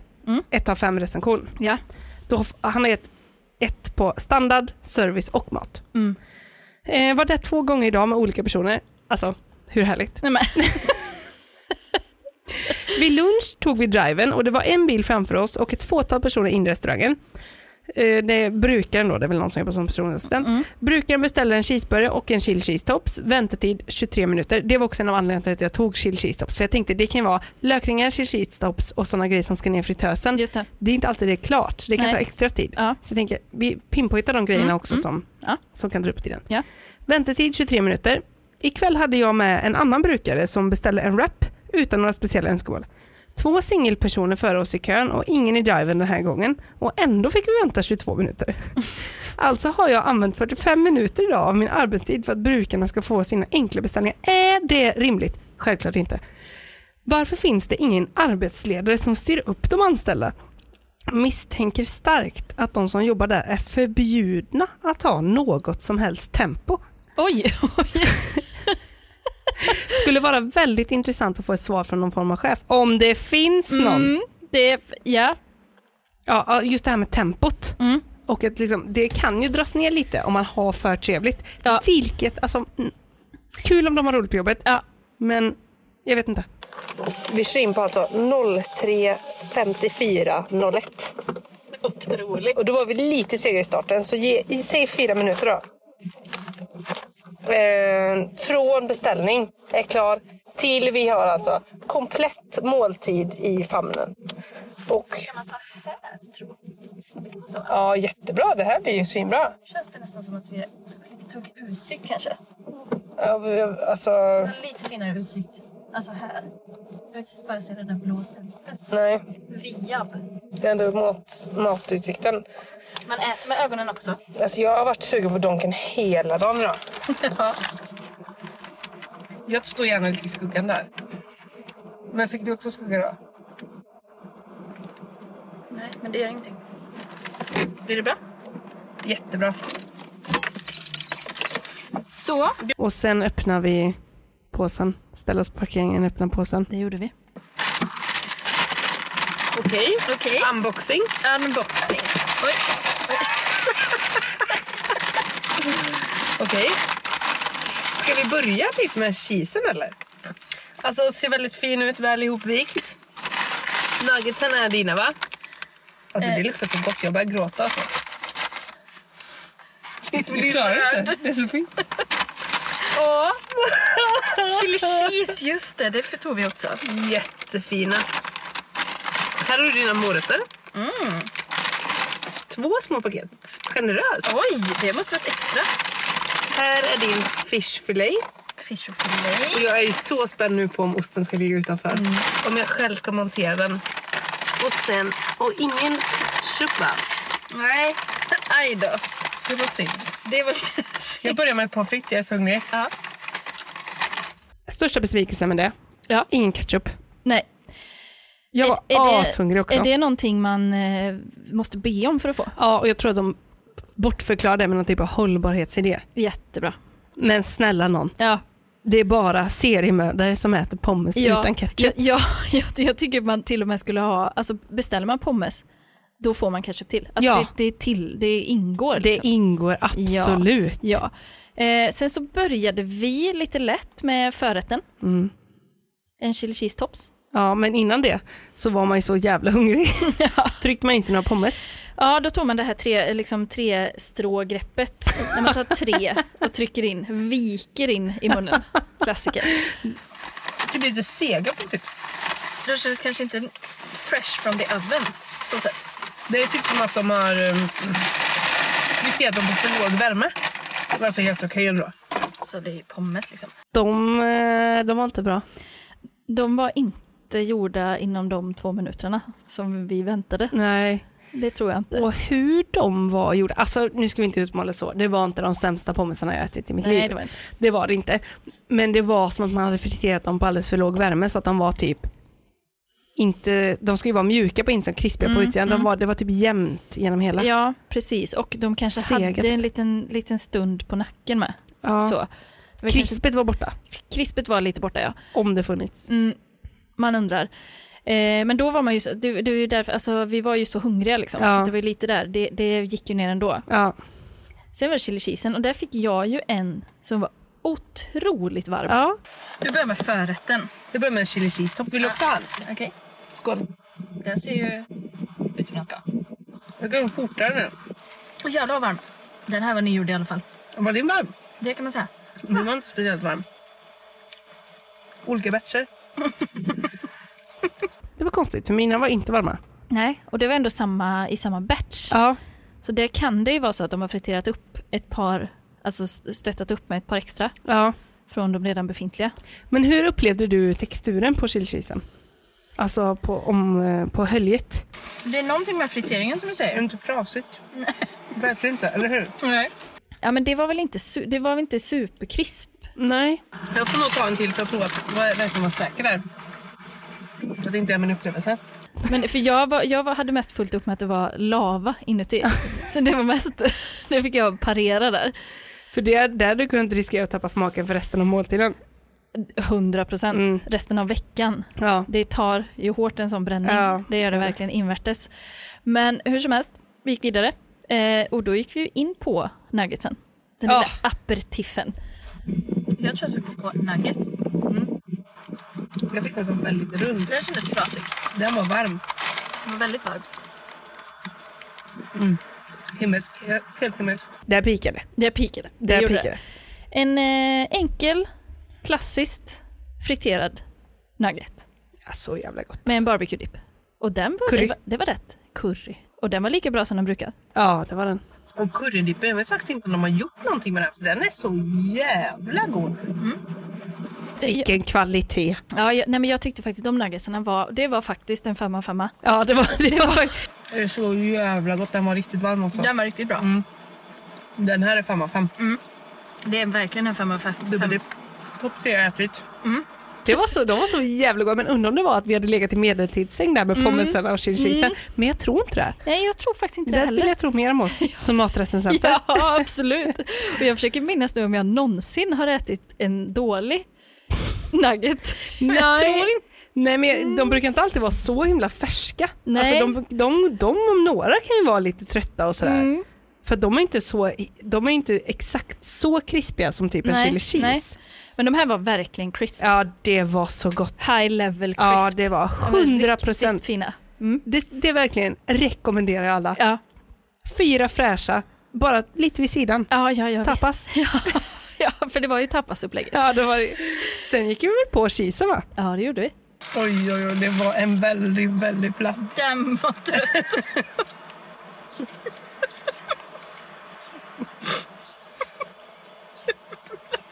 ett av fem recension. Ja. Då, har f- han har gett ett på standard, service och mat. Eh, var där två gånger idag med olika personer. Alltså, hur härligt. Nej, men. Vid lunch tog vi driven och det var en bil framför oss och ett fåtal personer in i restaurangen. Eh, Det brukar då, det är väl någon som jobbar som personlig assistent. Brukaren beställde en cheeseburger och en chill cheese tops. Väntetid 23 minuter. Det var också en av anledningarna till att jag tog chill cheese tops. För jag tänkte det kan ju vara lökringar, chill cheese tops och sådana grejer som ska ner i fritösen. Just det. Det är inte alltid det är klart, så det kan Nej. ta extra tid. Ja. Så jag tänker, vi pinpointar de grejerna Mm, också mm. Som, Ja. som kan dra upp tiden. Ja. Väntetid 23 minuter. Ikväll hade jag med en annan brukare som beställde en wrap utan några speciella önskemål. Två singelpersoner före oss i kön och ingen i driven den här gången och ändå fick vi vänta 22 minuter. Alltså har jag använt 45 minuter idag av min arbetstid för att brukarna ska få sina enkla beställningar. Är det rimligt? Självklart inte. Varför finns det ingen arbetsledare som styr upp de anställda? misstänker starkt att de som jobbar där är förbjudna att ha något som helst tempo. Oj, oj. Skulle vara väldigt intressant att få ett svar från någon form av chef. Om det finns någon. Mm, det, ja. Ja, ja, just det här med tempot. Mm. Och att liksom, det kan ju dras ner lite om man har för trevligt. Ja. Vilket, alltså, mm, kul om de har roligt på jobbet. Ja. Men jag vet inte. Vi kör in på alltså 03.54.01. Otroligt. Och då var vi lite sega i starten, så ge, i- säg fyra minuter då. Eh, från beställning är klar till vi har alltså komplett måltid i famnen. Och... Kan man ta här, tror Ja, jättebra. Det här blir ju svinbra. Känns det nästan som att vi har lite tog utsikt kanske? Ja, vi- Alltså, Lite finare utsikt. Alltså här. Jag vill bara se det där blå tältet. nej. Viab. Det är ändå mat, matutsikten. Man äter med ögonen också. Alltså, jag har varit sugen på Donken hela dagen idag. Jag står gärna lite i skuggan där. Men fick du också skugga då? Nej, men det gör ingenting. Blir det bra? Jättebra. Så. Och sen öppnar vi påsen. Ställer oss på parkeringen och öppnar påsen. Det gjorde vi. Okej. Okej. Unboxing. Unboxing. Oj. Okej. Ska vi börja typ med cheesen eller? Alltså ser väldigt fin ut, väl ihopvikt. Nuggetsen är dina va? Alltså det luktar så gott, jag börjar gråta alltså. Jag klarar inte, det är så fint. Åh. Chili cheese, just det. Det tog vi också. Jättefina. Här har du dina morötter. Mm. Två små paket. Generöst. Oj, det måste varit extra. Här är din fishfilet. Fish och filé. Och jag är ju så spänd nu på om osten ska ligga utanför. Om jag själv ska montera den. Och sen, och ingen ketchup va? Nej. Aj då. Det var synd. Det var lite Jag börjar med ett par fritt, jag är så hungrig. Största besvikelsen med det, Ja. ingen ketchup. Nej. Jag Är- var är det- ashungrig också. Är det någonting man eh, måste be om för att få? Ja, och jag tror att de bortförklarar det med någon typ av hållbarhetsidé. Jättebra. Men snälla någon, Ja, det är bara seriemördare som äter pommes utan ketchup. Ja, ja jag, jag tycker man till och med skulle ha, alltså beställer man pommes, då får man ketchup till. Alltså Ja. det, det, är till, det ingår. det Liksom. ingår absolut. Ja. Eh, sen så började vi lite lätt med förrätten. Mm. En chili cheese tops. Ja, men innan det så var man ju så jävla hungrig. Så tryckte man in sina pommes. Ja, då tog man det här tre, liksom tre strågreppet. När man tar tre och trycker in, viker in i munnen. Klassiker. Jag tycker det är lite sega på typ. fritt. Då känns kanske inte fresh from the oven. Så sätt. Det är typ som att de har um, friterat dem på för låg värme. Det var så helt okej ändå. Så det är ju pommes liksom. De, eh, de var inte bra. De var inte gjorda inom de två minuterna som vi väntade. Nej. Det tror jag inte. Och hur de var gjorda, alltså nu ska vi inte utmåla så, det var inte de sämsta pommesarna jag ätit i mitt Nej, liv. det var inte. Det var det inte. Men det var som att man hade friterat dem på alldeles för låg värme så att de var typ inte, de ska ju vara mjuka på insidan, krispiga på Mm, utsidan. De mm. var, det var typ jämnt genom hela. Ja, precis. Och de kanske Segat. hade en liten, liten stund på nacken med. Ja. Så. Det var kanske, Krispet var borta, krispet var lite borta, ja. om det funnits. Mm, man undrar. Eh, men då var man ju, så- det, det är ju därför, alltså, vi var ju så hungriga liksom, Ja. så det var ju lite där, det, det gick ju ner ändå. Ja. Sen var det chili cheesen och där fick jag ju en som var otroligt varm. Ja. Du börjar med förrätten. Jag börjar med en chili cheese topp. Vill du också ha en? Okej. Skål. Den ser ju ut som den ska. Jag går nog fortare nu. Och jävlar vad varm. Den här var nygjord i alla fall. Mm. Var din varm? Det kan man säga. Den var inte speciellt varm. Olika batcher. Det var konstigt, för mina var inte varma. Nej, och det var ändå samma, i samma batch. Ja. Så det kan det ju vara så att de har friterat upp ett par, alltså stöttat upp med ett par extra ja. från de redan befintliga. Men hur upplevde du texturen på chili cheesen? Alltså på, om, eh, på höljet? Det är någonting med friteringen som du Är det säger. inte frasigt? Nej. Verkligen inte, eller hur? Nej. Ja men det var väl inte, su- det var väl inte superkrisp? Nej. Jag får nog ta en till för att prova att vara- verkligen vara säker där. Så att det inte är min upplevelse. Men för jag, var, jag var, hade mest fullt upp med att det var lava inuti. Så det var mest, det fick jag parera där. För det, där hade du kunnat inte riskera att tappa smaken för resten av måltiden. 100 procent Mm. resten av veckan. Ja. Det tar ju hårt en sån bränning. Ja. Det gör det verkligen invärtes. Men hur som helst, vi gick vidare. Eh, och då gick vi ju in på nuggetsen. Den Ja. lilla aperitiffen. Jag tror jag ska gå på nugget. Jag fick en sån väldigt rund. Den kändes frasig. Den var varm. Den var väldigt varm. Mm. Himmelsk. Helt himmelsk. Där pikade Det pikade. Det Där gjorde pikade det. det. En eh, enkel, klassiskt friterad nugget. Ja, så jävla gott. Med en barbecue-dipp. Och den var, Curry. Det, var, det var rätt. Curry. Och den var lika bra som den brukar. Ja, det var den. Och currydippen, jag vet faktiskt inte om de har gjort någonting med den. För den är så jävla god. Mm. Det, jag, Vilken kvalitet. ja, jag, nej, men jag tyckte faktiskt de nuggetsarna var, det var faktiskt en femma av femma. Ja, det var det. Var, Det är så jävla gott. Den var riktigt varm också. Mm. Den var riktigt bra. Mm. Den här är fem av fem. Det är verkligen en femma av fem. Dubbeldipp. Topp tre jag ätit. det var så, de var så jävla goda. Men undrar om det var att vi hade legat i medeltidssäng där med Mm. pommesarna och chili cheesen. Men jag tror inte det. Nej, jag tror faktiskt Mm. inte Det det där vill heller. jag tro mer om oss som matrecensenter. Ja, absolut. Och jag försöker minnas nu om jag någonsin har ätit en dålig nugget. Men jag Nej. tror inte. Nej men jag- de brukar inte alltid vara så himla färska. Nej. Alltså de, de, de om några kan ju vara lite trötta och sådär. Mm. För de är, inte så, de är inte exakt så krispiga som typ en Nej, chili cheese. nej. Men de här var verkligen crisp. Ja det var så gott. High level crisp. Ja det var De var 100 Riktigt procent. fina. Mm. Det, det verkligen rekommenderar jag alla. Ja. Fyra fräscha, bara lite vid sidan. Ja, ja, ja, visst. Tapas. ja, för det var ju tapasupplägget. Ja, det var det. Sen gick vi väl på cheesen va? Ja, det gjorde vi. Oj, oj, oj. Det var en väldigt, väldigt platt. Den var trött.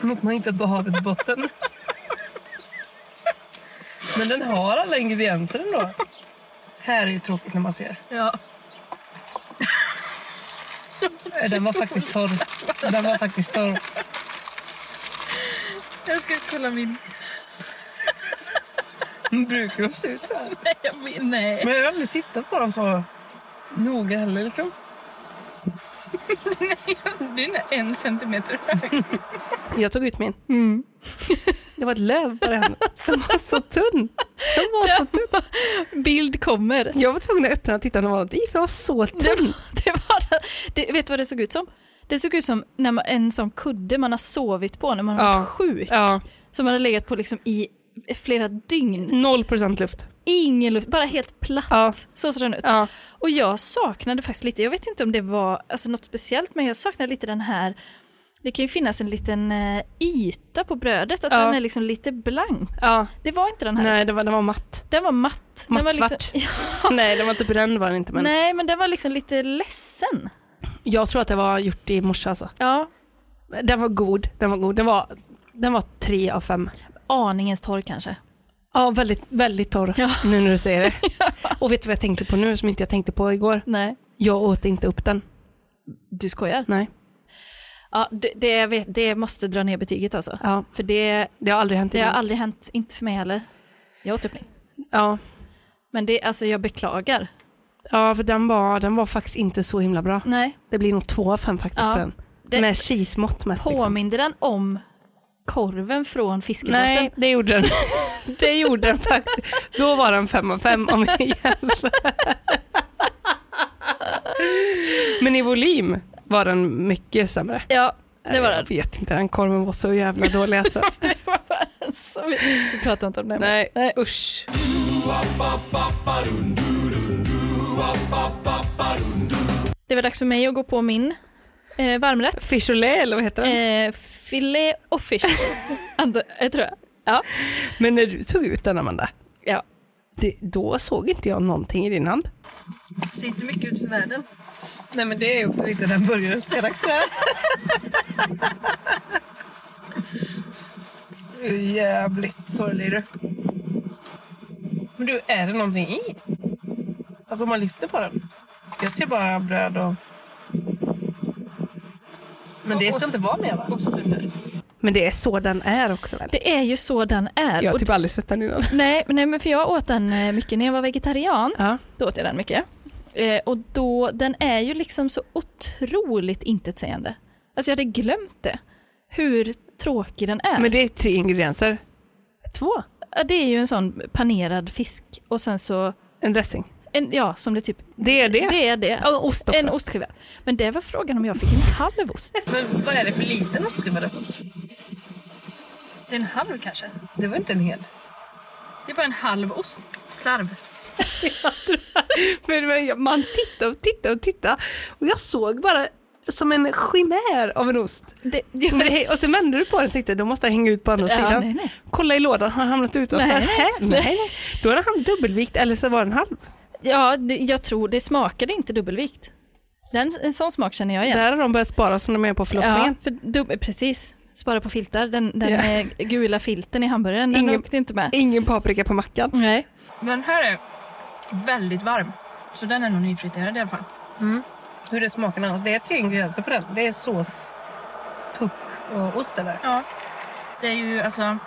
Något man hittat på havets botten. Men den har alla ingredienser ändå. Här är ju tråkigt när man ser. Ja. Den var faktiskt torr. Den var faktiskt torr. Jag ska kolla min... De brukar de se ut så här? Nej, jag min... Nej. Men jag har aldrig tittat på dem så noga heller. Liksom. Den är en centimeter Jag tog ut min. Det var ett löv på den som var så tunn. Den var så tunn. Bild kommer. Jag var tvungen att öppna och titta om det var något i för den var så Det tunn. var, det var, det, vet du vad det såg ut som? Det såg ut som när man, en sån kudde man har sovit på när man har Ja. varit sjuk. Ja, Som man har legat på liksom i flera dygn. noll procent luft. Ingen luft, bara helt platt. Ja. Så såg den ut. Ja. Och jag saknade faktiskt lite, jag vet inte om det var alltså, något speciellt, men jag saknade lite den här, det kan ju finnas en liten eh, yta på brödet, att Ja. den är liksom lite blank. Ja. Det var inte den här. Nej, det var, den var matt. Den var matt. Den var liksom, Mattsvart. ja, Nej, den var inte bränd var den inte. Men Nej, men den var liksom lite ledsen. jag tror att det var gjort i morse alltså. Ja, Den var god. Den var god. Den var, den var tre av fem. aningens torr kanske. Ja, väldigt, väldigt torr Ja. nu när du säger det. Och vet du vad jag tänker på nu som inte jag tänkte på igår? Nej, Jag åt inte upp den. du skojar. Nej. Ja, det, det, jag vet, det måste dra ner betyget alltså. Ja, För det, det har aldrig hänt det har innan. aldrig hänt, inte för mig heller. Jag åt upp min. Ja. Men det, alltså jag beklagar. ja, för den var, den var faktiskt inte så himla bra. Nej, Det blir nog två av fem faktiskt Ja. på den. det Med cheese-mått mätt. Liksom. påminde den om korven från fiskebåten. Nej, det gjorde den. det gjorde den faktiskt. Då var den fem av fem om jag jämför. Men i volym var den mycket sämre. Ja, det var Jag den. vet inte, den korven var så jävla dålig alltså. Så vi, vi pratar inte om det. Nej, usch. Det var dags för mig att gå på min eh, varmrätt. Ficholet eller vad heter den? Eh, filé och fish, Andra, eh, tror jag. Ja. Men när du tog ut den Amanda, ja. det, då såg inte jag någonting i din hand. Ser inte mycket ut för världen. Nej men det är också lite den burgarens karaktär. Det är Jävligt sorglig du. Men du, är det någonting i? Alltså om man lyfter på den. Jag ser bara bröd och... Men det ska inte vara med va? Men det är så den är också väl? Det är ju så den är. Jag har Och- typ aldrig sett den innan. nej, nej, men för jag åt den eh, mycket när jag var vegetarian. Ja. Då åt jag den mycket. Eh, och då, den är ju liksom så otroligt intetsägande. Alltså jag hade glömt det. Hur tråkig den är. Men det är tre ingredienser. Två. Ja, det är ju en sån panerad fisk och sen så, En dressing. en, ja som det typ, Det är det. det är det. Ja, och ost också. En ostskiva. Men det var frågan om jag fick en halv ost. Men vad är det för liten ostskiva du har fått? Det är en halv kanske. Det var inte en hel. Det är bara en halv ost. Slarv. Men, men jag- man tittade och tittade och tittade och jag såg bara som en chimär av en ost. Det, Men det- Och sen vände du på den och tänkte då måste den hänga ut på andra Ja, sidan. nej, nej. Kolla i lådan, har den hamnat utanför? Nej, nej, Hä? nej. Då hade han dubbelvikt eller så var den halv. ja, det, jag tror det smakade inte dubbelvikt. Den, en sån smak känner jag igen. Där har de börjat spara som de är på Ja, förlossningen. för dubbel, precis. Spara på filtar. Den, den Ja. eh, gula filten i hamburgaren, den Ingen- åkte inte med. Ingen paprika på mackan. Nej. Men den här är väldigt varm. Så den är nog nyfriterad i alla fall. Hur är smaken annars? Det är tre ingredienser på den. Det är sås, puck och ost eller? Ja. Det är ju alltså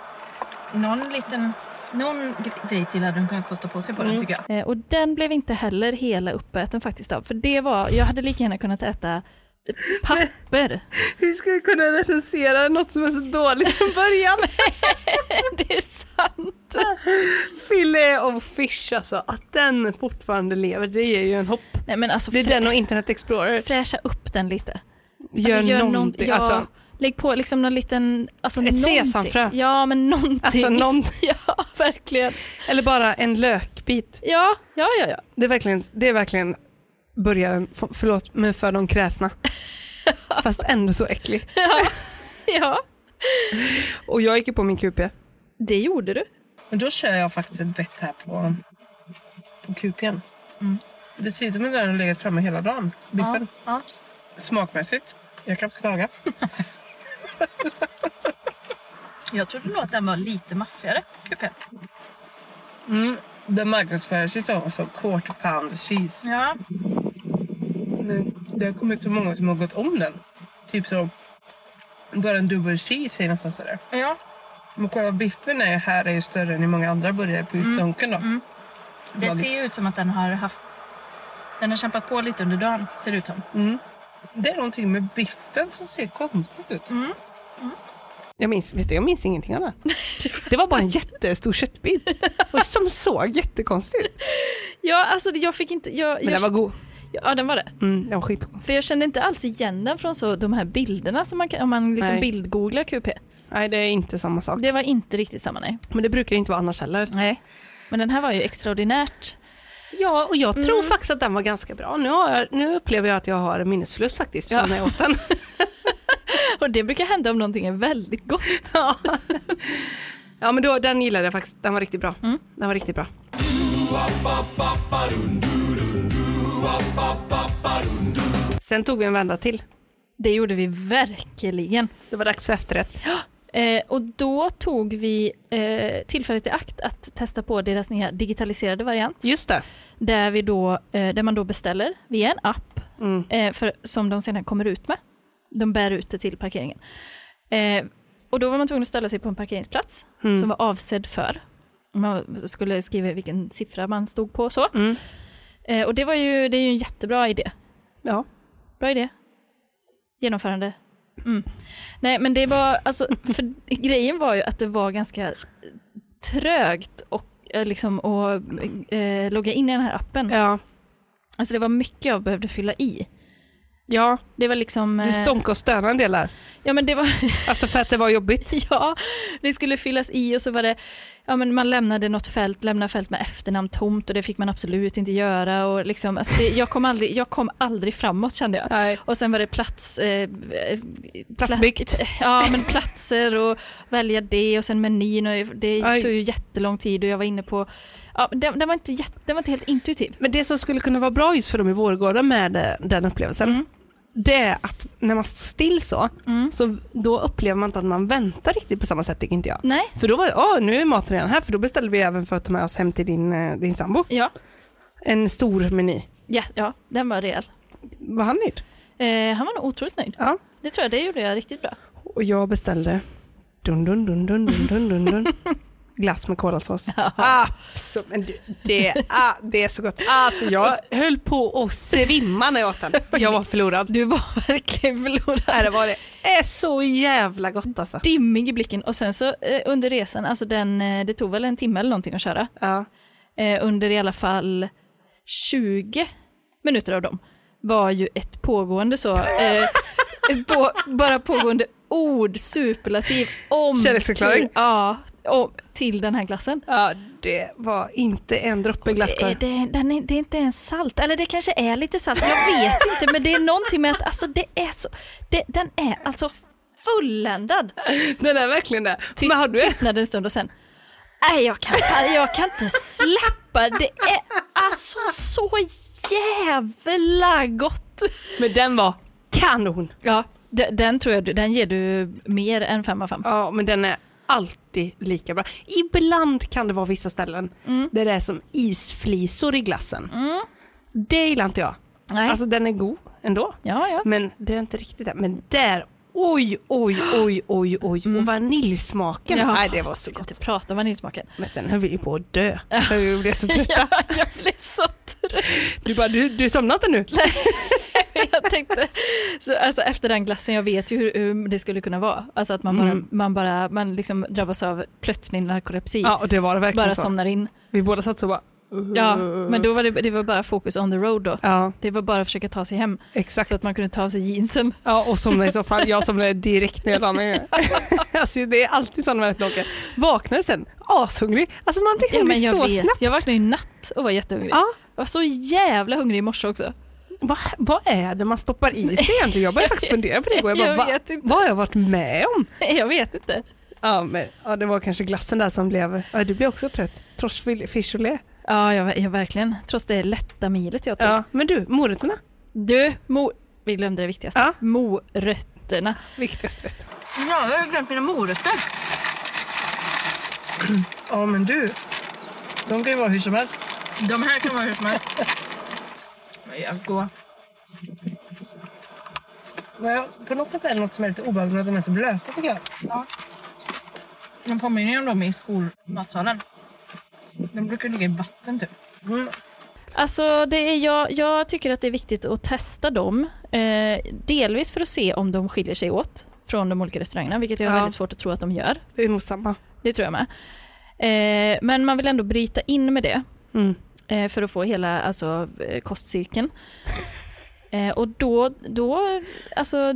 någon liten... Någon gre- grej till hade de kunnat kosta på sig på den tycker jag. Eh, och den blev inte heller hela uppäten faktiskt av. För det var, jag hade lika gärna kunnat äta papper. Hur ska vi kunna recensera något som är så dåligt från början? det är sant. Filé och fish alltså, att den fortfarande lever det ger ju en hopp. Nej men alltså Det är frä- den och internet explorer. fräscha upp den lite. Gör, alltså, någonting. ja, Alltså, lägg på liksom någon liten... Alltså, Ett någonting. sesamfrö. Ja men någonting. alltså någonting. ja verkligen. Eller bara en lökbit. Ja, ja, ja. ja. Det är verkligen, det är verkligen början, f- förlåt, men för de kräsna. Fast ändå så äcklig. ja. Och jag gick ju på min QP. Det gjorde du. Men då kör jag faktiskt ett bett här på, på kupen. Det ser ut som att den har legat framme hela dagen, biffen. ja. Smakmässigt. Jag kan inte klaga. Jag trodde nog att den var lite maffigare. Kupen. Mm. Den marknadsförs ju som, som quarter pound cheese. Ja. Men Men det har kommit så många som har gått om den. Typ så... Bara en dubbel cheese är nästan sådär. Ja. Men kolla, biffen är, här är ju större än i många andra burgare på just Mm, Donken då. mm. Det Vad- ser ju ut som att den har haft... Den har kämpat på lite under dagen, ser det ut som. Mm. Det är någonting med biffen som ser konstigt ut. Jag minns, vet du, jag minns ingenting av den. Det var bara en jättestor köttbit och som såg jättekonstig ut. Ja, alltså jag fick inte... Jag, Men jag, den var god. Ja, den var det. Mm, den var skitgod. För jag kände inte alls igen den från så, de här bilderna som man kan, om man liksom Nej. bildgooglar QP. Nej, det är inte samma sak. Det var inte riktigt samma nej. Men det brukar inte vara annars heller. Nej. Men den här var ju extraordinärt. Ja, och jag tror faktiskt att den var ganska bra. Nu, har jag, nu upplever jag att jag har en minnesförlust faktiskt Ja. från när jag åt den. Och det brukar hända om någonting är väldigt gott. Ja. ja, men då, den gillade jag faktiskt. Den var riktigt bra. Den var riktigt bra. Sen tog vi en vända till. Det gjorde vi verkligen. Det var dags för efterrätt. Eh, och då tog vi eh, tillfället i akt att testa på deras nya digitaliserade variant. Just det. Där, vi då, eh, där man då beställer via en app Mm. eh, för, som de sedan kommer ut med. De bär ut det till parkeringen. Eh, och då var man tvungen att ställa sig på en parkeringsplats som var avsedd för. Man skulle skriva vilken siffra man stod på och så. Mm. Eh, och det, var ju, det är ju en jättebra idé. Ja. Bra idé. Genomförande. Mm. Nej, men det var, alltså, för grejen var ju att det var ganska trögt och eh, liksom att eh, logga in i den här appen. Ja. Alltså det var mycket jag behövde fylla i. Ja, Det var liksom... du eh, stånkade och stönade en del där. Ja, men det var... Alltså för att det var jobbigt. ja, det skulle fyllas i och så var det... Ja, men man lämnade något fält, lämnade fält med efternamn tomt och det fick man absolut inte göra. Och liksom, alltså det, jag, kom aldrig, jag kom aldrig framåt kände jag. Nej. Och sen var det plats... Eh, eh, Platsbyggt. pla- ja, men platser och välja det och sen menyn. Och det Aj. tog ju jättelång tid och jag var inne på... Ja, den, den, var inte jätte, den var inte helt intuitiv. Men det som skulle kunna vara bra just för dem i Vårgårda med eh, den upplevelsen, det är att när man står still så, så då upplever man inte att man väntar riktigt på samma sätt tycker inte jag. Nej. För då var det, åh nu är maten redan här, för då beställde vi även för att ta med oss hem till din, eh, din sambo. Ja, En stor meny. ja, ja den var rejäl. Var han nöjd? Eh, han var nog otroligt nöjd. Ja. Det tror jag, det gjorde jag riktigt bra. Och jag beställde dun dun dun dun dun dun dun dun glass med kolasås. Absolut, men du, det, ah, det är så gott. Alltså jag höll på att svimma när jag åt den. Jag var förlorad. Du var verkligen Nej, förlorad. det var det. är så jävla gott alltså. Dimmig i blicken och sen så eh, under resan, alltså den, eh, det tog väl en timme eller någonting att köra. Ja. Eh, under i alla fall 20 minuter av dem var ju ett pågående så, eh, ett på, bara pågående ord, superlativ om Kärleksförklaring. till, ja, om, till den här glassen. ja, det var inte en droppe glass Det, kvar. det, den är, det är inte ens salt, eller det kanske är lite salt, jag vet inte, men det är någonting med att alltså, det är så, det, den är alltså fulländad. Den är verkligen det. Tyst, Men har du, Tystnad en stund och sen, nej jag kan, jag kan inte släppa, det är alltså så jävla gott. men den var kanon. Ja, de- den tror jag, du- den ger du mer än fem av fem. Ja, men den är alltid lika bra. Ibland kan det vara vissa ställen där det är som isflisor i glassen. Det gillar inte jag. Nej. Alltså den är god ändå. Ja, ja. Men det är inte riktigt det. Men där, oj, oj, oj, oj, oj. Och vaniljsmaken. Ja, Nej, det var så ska gott. inte prata om vaniljsmaken. Men sen höll vi ju på att dö. För vi blev så trötta. Ja, jag blev så trött. Du bara, du, du somnade inte nu? jag tänkte, så, alltså, efter den glassen, jag vet ju hur, hur det skulle kunna vara. Alltså att man bara, Mm. man bara man liksom drabbas av plötslig narkolepsi. Ja, och det var det verkligen bara så. somnar in. Vi båda satt så bara... "Uh." Ja, men då var det, det var bara fokus on the road då. Ja, Det var bara att försöka ta sig hem exakt. så att man kunde ta av sig jeansen. Ja, och somnade i soffan. Jag somnade direkt när jag la mig. alltså, det är alltid sådana människor. åker. Vaknar sen, ashungrig. Alltså man blir Ja, hungrig men jag så vet. snabbt. Jag vaknade i natt och var jättehungrig. Ja, Jag var så jävla hungrig i morse också. vad, vad är det man stoppar i sig egentligen? Jag började faktiskt fundera på det igår. Jag, bara, Jag "Va- vet inte." Vad har jag varit med om? Jag vet inte. Ja, men, ja, det var kanske glassen där som blev... Ja, du blev också trött. Trots fish och le. typ. Ja, jag, jag verkligen. Trots det lätta milet jag tog. Ja, men du, morötterna. Du, mo- vi glömde det viktigaste. Ja. Morötterna. Viktigast vet Ja, jag har glömt mina morötter. Ja, men du. De kan ju vara hur som helst. De här kan vara hur som helst. De är jävligt goda. Men jag- på något sätt är det något som är lite obehagligt med att de är så blöta tycker jag. Ja. De påminner ju om dem i skolmatsalen. De brukar ligga i vatten typ. Mm. Alltså, det är, jag, jag tycker att det är viktigt att testa dem. Eh, delvis för att se om de skiljer sig åt från de olika restaurangerna, vilket jag har Ja. väldigt svårt att tro att de gör. Det är nog samma. Det tror jag med. Eh, men man vill ändå bryta in med det Mm. eh, för att få hela alltså, eh, kostcirkeln. Eh, och då, då, alltså,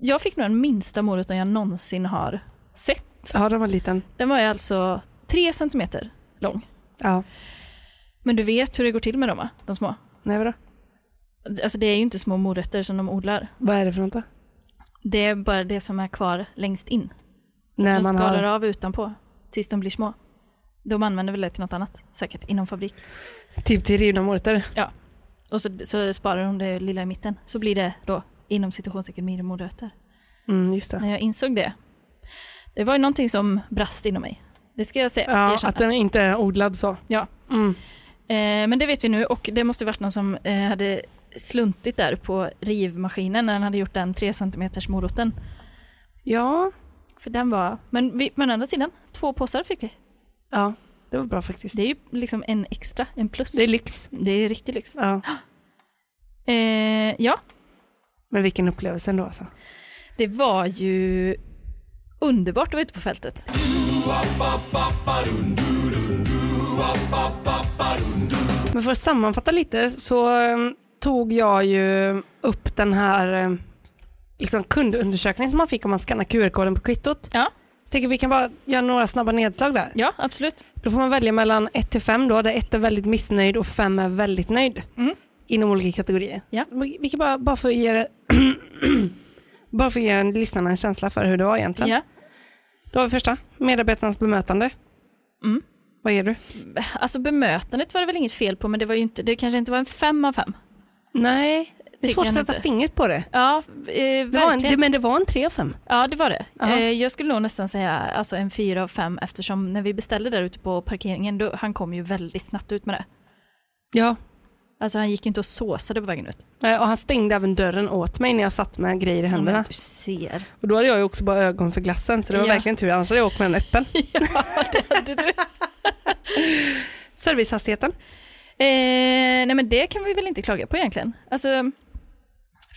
jag fick nog den minsta moroten jag någonsin har sett. Ja, den var liten. Den var ju alltså tre centimeter lång. Ja. Men du vet hur det går till med dem va? De små. Nej, vadå? Alltså det är ju inte små morötter som de odlar. Vad är det för något då? Det är bara det som är kvar längst in. När som man de skalar har... av utanpå tills de blir små. De använder väl det till något annat säkert inom fabrik. Typ till rivna morötter. Och så, så sparar de det lilla i mitten. Så blir det då inom citationstecken minimorötter. Mm, just det. När jag insåg det, det var ju någonting som brast inom mig. Det ska jag säga. Ja, erkänna. att den inte är odlad så. Ja. Mm. Eh, men det vet vi nu och det måste varit någon som eh, hade sluntit där på rivmaskinen när han hade gjort den 3 cm moroten. Ja. För den var, men, vi, men å andra sidan, två påsar fick vi. ja, det var bra faktiskt. Det är ju liksom en extra, en plus. Det är lyx. Det är riktigt lyx. Ja. Eh, ja, Men vilken upplevelse ändå alltså. det var ju underbart att vara ute på fältet. Men för att sammanfatta lite så eh, tog jag ju upp den här eh, liksom kundundersökningen som man fick om man skannar QR-koden på kvittot. Ja. Så tänker jag, vi kan bara göra några snabba nedslag där. Ja, absolut. Då får man välja mellan 1 till 5 då, där 1 är väldigt missnöjd och 5 är väldigt nöjd. Mm. Inom olika kategorier. Ja. Så Vi vi kan bara, bara för att ge det- bara för att ge lyssnarna en känsla för hur det var egentligen. Ja. Då har vi första, medarbetarnas bemötande. Mm. Vad ger du? Alltså bemötandet var det väl inget fel på, men det, var ju inte, det kanske inte var en fem av fem. Nej, det är Tycker svårt att jag sätta inte. fingret på det. Ja, eh, det, var en, verkligen. det men det var en 3 av 5. Ja, det var det. Ja. Eh, jag skulle nog nästan säga alltså en fyra av fem eftersom när vi beställde där ute på parkeringen, då, han kom ju väldigt snabbt ut med det. Ja, Alltså han gick ju inte och såsade på vägen ut. Eh, och han stängde även dörren åt mig när jag satt med grejer i Ja, händerna. men du ser. Och då hade jag ju också bara ögon för glassen så det var Ja. verkligen tur, annars hade jag åkt med den öppen. Ja, det hade du. Servicehastigheten. Eh, nej men det kan vi väl inte klaga på egentligen. Alltså,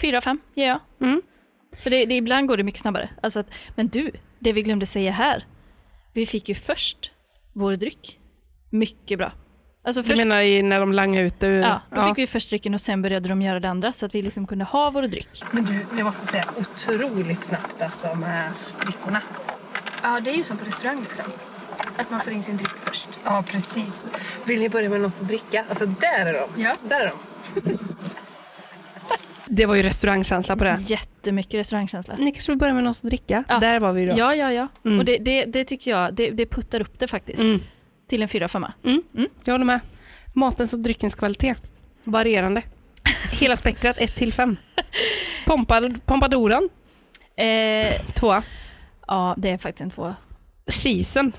fyra av fem ger jag. Mm. För det, det, ibland går det mycket snabbare. Alltså att, men du, det vi glömde säga här. Vi fick ju först vår dryck. Mycket bra. Alltså Du först, menar i- när de langade ut det ur... ja, då fick vi först drycken och sen började de göra det andra så att vi liksom kunde ha vår dryck. Men du, jag måste säga otroligt snabbt alltså med drickorna. Ja, det är ju som på restaurang liksom. Att man får in sin dryck först. Ja, precis. Vill ni börja med något att dricka? Alltså där är de. Ja. Där är de. Det var ju restaurangkänsla på det. Jättemycket restaurangkänsla. Ni kanske vill börja med något att dricka? Ja. Mm, Där var vi då. Ja, ja, ja. Mm. Och det, det, det tycker jag, det, det puttar upp det faktiskt. Mm. Till en fyra av femma. Jag håller med. Matens och dryckens kvalitet. Varierande. Hela spektrat 1 till 5. Pompad, pompadoren, Eh, tvåa. ja, det är faktiskt en tvåa. Cheesen,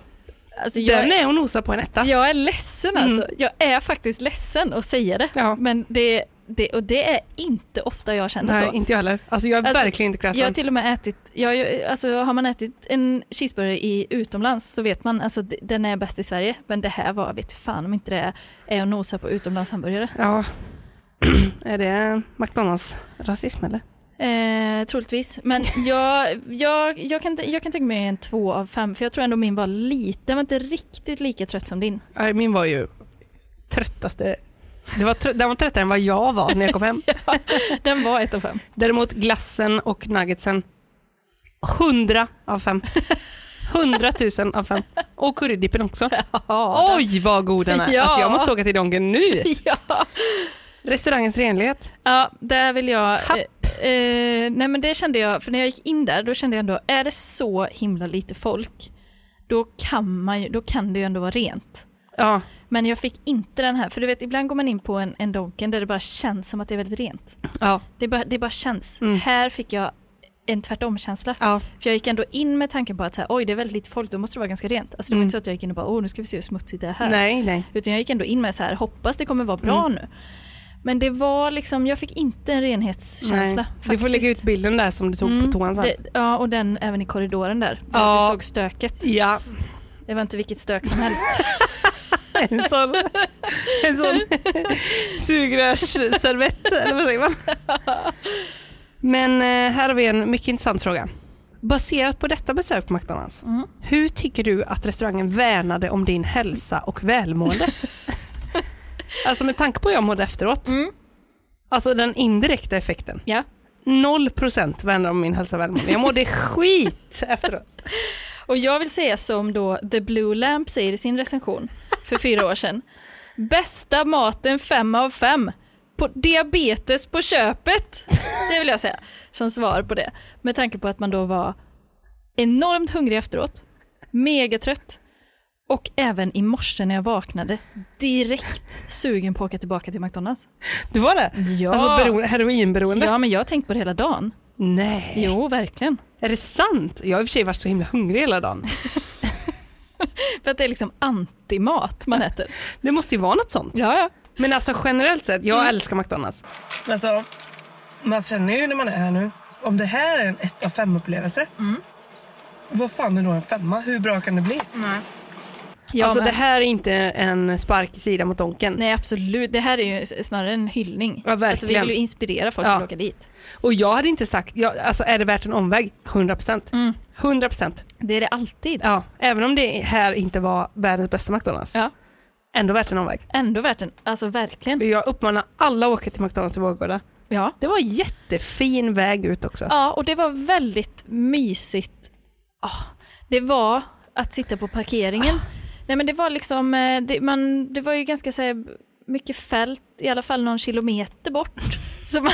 Alltså, den är och nosar på en etta. Jag är ledsen alltså. Jag är faktiskt ledsen att säga det. Mm. Ja. Men det, det, och det är inte ofta jag känner Nej, så. inte jag heller. Alltså jag är Alltså, verkligen inte Jag har krassad. till och med ätit, jag, jag- alltså har man ätit en cheeseburgare i utomlands så vet man, alltså d- den är bäst i Sverige, men det här var, vet fan om inte det är, är att nosa på utomlandshamburgare. Ja. är det McDonalds-rasism eller? Eh, troligtvis, men jag, jag, jag, kan, t- jag kan tänka mig en två av fem, för jag tror ändå min var lite, den var inte riktigt lika trött som din. Nej, min var ju tröttaste. Det var trö- den var tröttare än vad jag var när jag kom hem. Den var ett av fem. Däremot glassen och nuggetsen. 100 av 5. 100 000 av 5. Och currydippen också. Oj vad god den är. Ja. Alltså jag måste åka till Donken nu. ja. Restaurangens renlighet. Ja, där vill jag... Eh, eh, nej men det kände jag, för när jag gick in där då kände jag ändå, är det så himla lite folk, då kan, man ju, då kan det ju ändå vara rent. Ja, Men jag fick inte den här, för du vet ibland går man in på en, en Donken där det bara känns som att det är väldigt rent. ja, Det bara, det bara känns. Mm. Här fick jag en tvärtom-känsla. ja. För jag gick ändå in med tanken på att så här, oj det är väldigt lite folk, då måste det vara ganska rent. Alltså det var Mm. inte så att jag gick in och bara, åh nu ska vi se hur smutsigt det är här. Nej, nej. Mm. Utan jag gick ändå in med så här, hoppas det kommer vara bra nu. Men det var liksom, jag fick inte en renhetskänsla. Du får faktiskt. lägga ut bilden där som du tog Mm, på toan sen. det, Ja, och den även i korridoren där. Där Ja. du såg stöket. Ja, Det var inte vilket stök som helst. en sån, en sån sugrörsservett eller vad säger man? Men eh, här har vi en mycket intressant fråga. Baserat på detta besök på McDonalds, Mm. hur tycker du att restaurangen värnade om din hälsa och välmående? alltså med tanke på hur jag mådde efteråt, Mm. alltså den indirekta effekten. ja. Noll procent värnade om min hälsa och välmående. Jag mådde skit efteråt. Och jag vill säga som då The Blue Lamp säger i sin recension för fyra år sedan. Bästa maten fem av fem. På diabetes på köpet. Det vill jag säga som svar på det. Med tanke på att man då var enormt hungrig efteråt, megatrött och även i morse när jag vaknade direkt sugen på att åka tillbaka till McDonalds. Du var det? Ja. Alltså beroende, heroinberoende? Ja, men jag har tänkt på det hela dagen. Nej. Jo, verkligen. Är det sant? Jag har i och för sig varit så himla hungrig hela dagen. För att det är liksom antimat man äter. Det måste ju vara något sånt. Ja, ja. Men alltså generellt sett, Mm. jag älskar McDonalds. Alltså, man känner ju när man är här nu. Om det här är en 1 av 5 upplevelse. Mm. Vad fan är då en femma? Hur bra kan det bli? Jag alltså med. det här är inte en spark i sidan mot donken. Nej absolut, det här är ju snarare en hyllning. Ja, verkligen. Alltså, vi vill ju inspirera folk Ja. att åka dit. Och jag hade inte sagt, jag, alltså är det värt en omväg? 100%. Mm. 100%. Det är det alltid. Ja, även om det här inte var världens bästa McDonalds. Ja. Ändå värt en omväg. Ändå värt en, alltså verkligen. Jag uppmanar alla att åka till McDonalds i Vårgårda. Ja. Det var en jättefin väg ut också. ja, och det var väldigt mysigt. Ah, det var att sitta på parkeringen. Nej men det var liksom, eh, det, man, det var ju ganska så här, mycket fält, i alla fall någon kilometer bort. som man,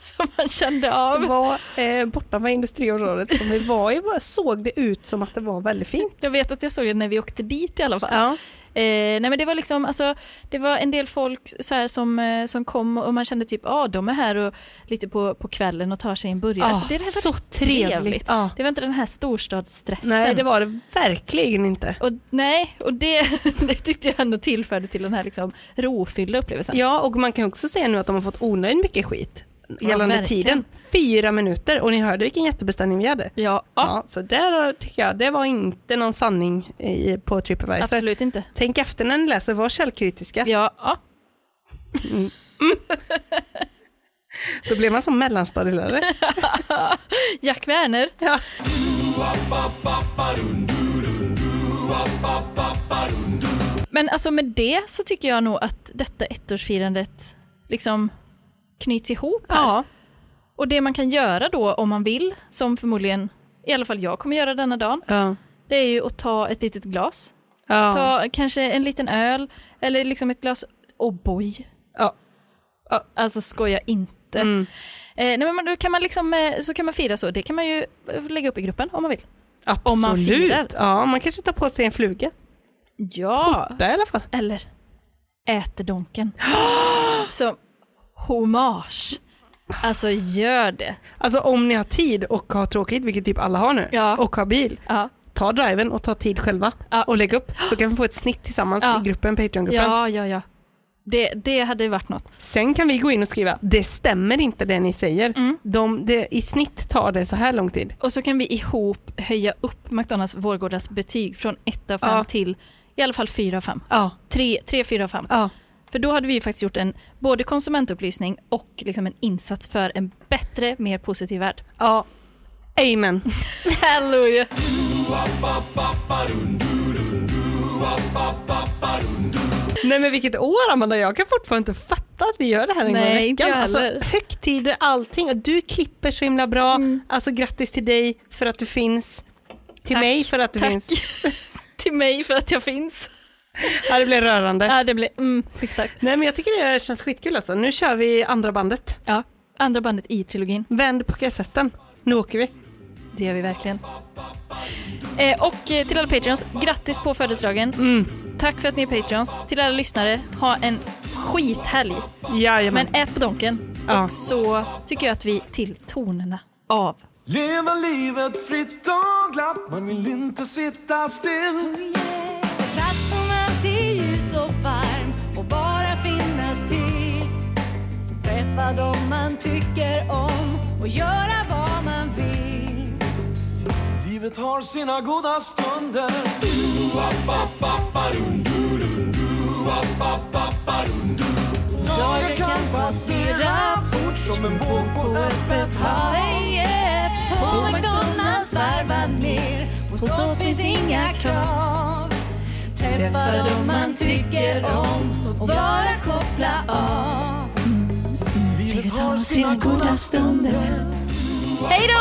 som man kände Det av. var eh, bortanför industriområdet som vi var i, var- såg det ut som att det var väldigt fint. Jag vet att jag såg det när vi åkte dit i alla fall. Ja. Eh, nej men det var liksom, alltså, det var en del folk så här som, eh, som kom och man kände typ, ja ah, de är här och lite på, på kvällen och tar sig en burgare. alltså, det, det var Ah, så trevligt. Ja. Det var inte den här storstadsstressen. Nej, det var det verkligen inte. och, nej, och det, det tyckte jag ändå tillförde till den här liksom rofyllda upplevelsen. Ja, och man kan också säga nu att de har fått onödigt mycket skit gällande verkligen. tiden. Fyra minuter och ni hörde vilken jättebeställning vi hade. Ja, Ja, så där tycker jag, det var inte någon sanning i, på Tripadvisor. absolut inte. Tänk efter när ni läser, var källkritiska. Ja, ja. Då blir man som mellanstadielärare. Jack Werner. Ja. Men alltså med det så tycker jag nog att detta ettårsfirandet liksom knyts ihop här. Ja. Och det man kan göra då om man vill, som förmodligen i alla fall jag kommer göra denna dagen, Ja. det är ju att ta ett litet glas. Ja. Ta kanske en liten öl eller liksom ett glas O'boy. Ja. Ja. Alltså skoja inte. Mm. Eh, nej men man- då kan man liksom, eh, så kan man fira så. Det kan man ju eh, lägga upp i gruppen om man vill. Absolut. Om man firar. Ja, man kanske tar på sig en fluga. Ja. Där i alla fall. Eller äter donken. Som hommage. Alltså gör det. Alltså om ni har tid och har tråkigt, vilket typ alla har nu, Ja. och har bil, Ja, ta driven och ta tid själva Ja. och lägg upp så kan vi få ett snitt tillsammans Ja. i gruppen, Patreon-gruppen. ja, ja. ja. Det, det hade varit något. Sen kan vi gå in och skriva, det stämmer inte det ni säger. Mm. De, det, I snitt tar det så här lång tid. Och så kan vi ihop höja upp McDonalds Vårgårdas betyg från 1 av 5 Ja. till i alla fall 4 av 5. Ja. 3, 3 4 av 5. Ja. För då hade vi ju faktiskt gjort en både konsumentupplysning och liksom en insats för en bättre, mer positiv värld. ja. Amen. Halleluja! Nej men vilket år Amanda, jag kan fortfarande inte fatta att vi gör det här en gång Nej, i inte veckan. jag alltså, heller. Mm. högtider, allting och du klipper så himla bra. Alltså grattis till dig för att du finns. Till Tack. mig för att du Tack finns. till mig för att jag finns. Ja, det blir rörande. Ja, det blir mm, starkt. Nej men jag tycker det känns skitkul alltså. Nu kör vi andra bandet. Ja, andra bandet i trilogin. Vänd på kassetten. Nu åker vi. Det gör vi verkligen. Eh, och eh, till alla Patreons, grattis på födelsedagen. Tack för att ni är Patreons. Till alla lyssnare, ha en skithelg. Jajamän. Men ät på donken. Ja. Och så tycker jag att vi till tonerna av. Leva livet fritt och glatt, man vill inte sitta still. Plats som alltid ljus och varm och bara finnas till tycker om och göra vad man vill. Livet har sina goda stunder Dagar kan passera fort som en våg på öppet hav. Yeah. På McDonalds varvad ner, hos oss finns inga krav. Träffa dem man tycker om och bara koppla av. Livet har sina goda stunder. Hej då!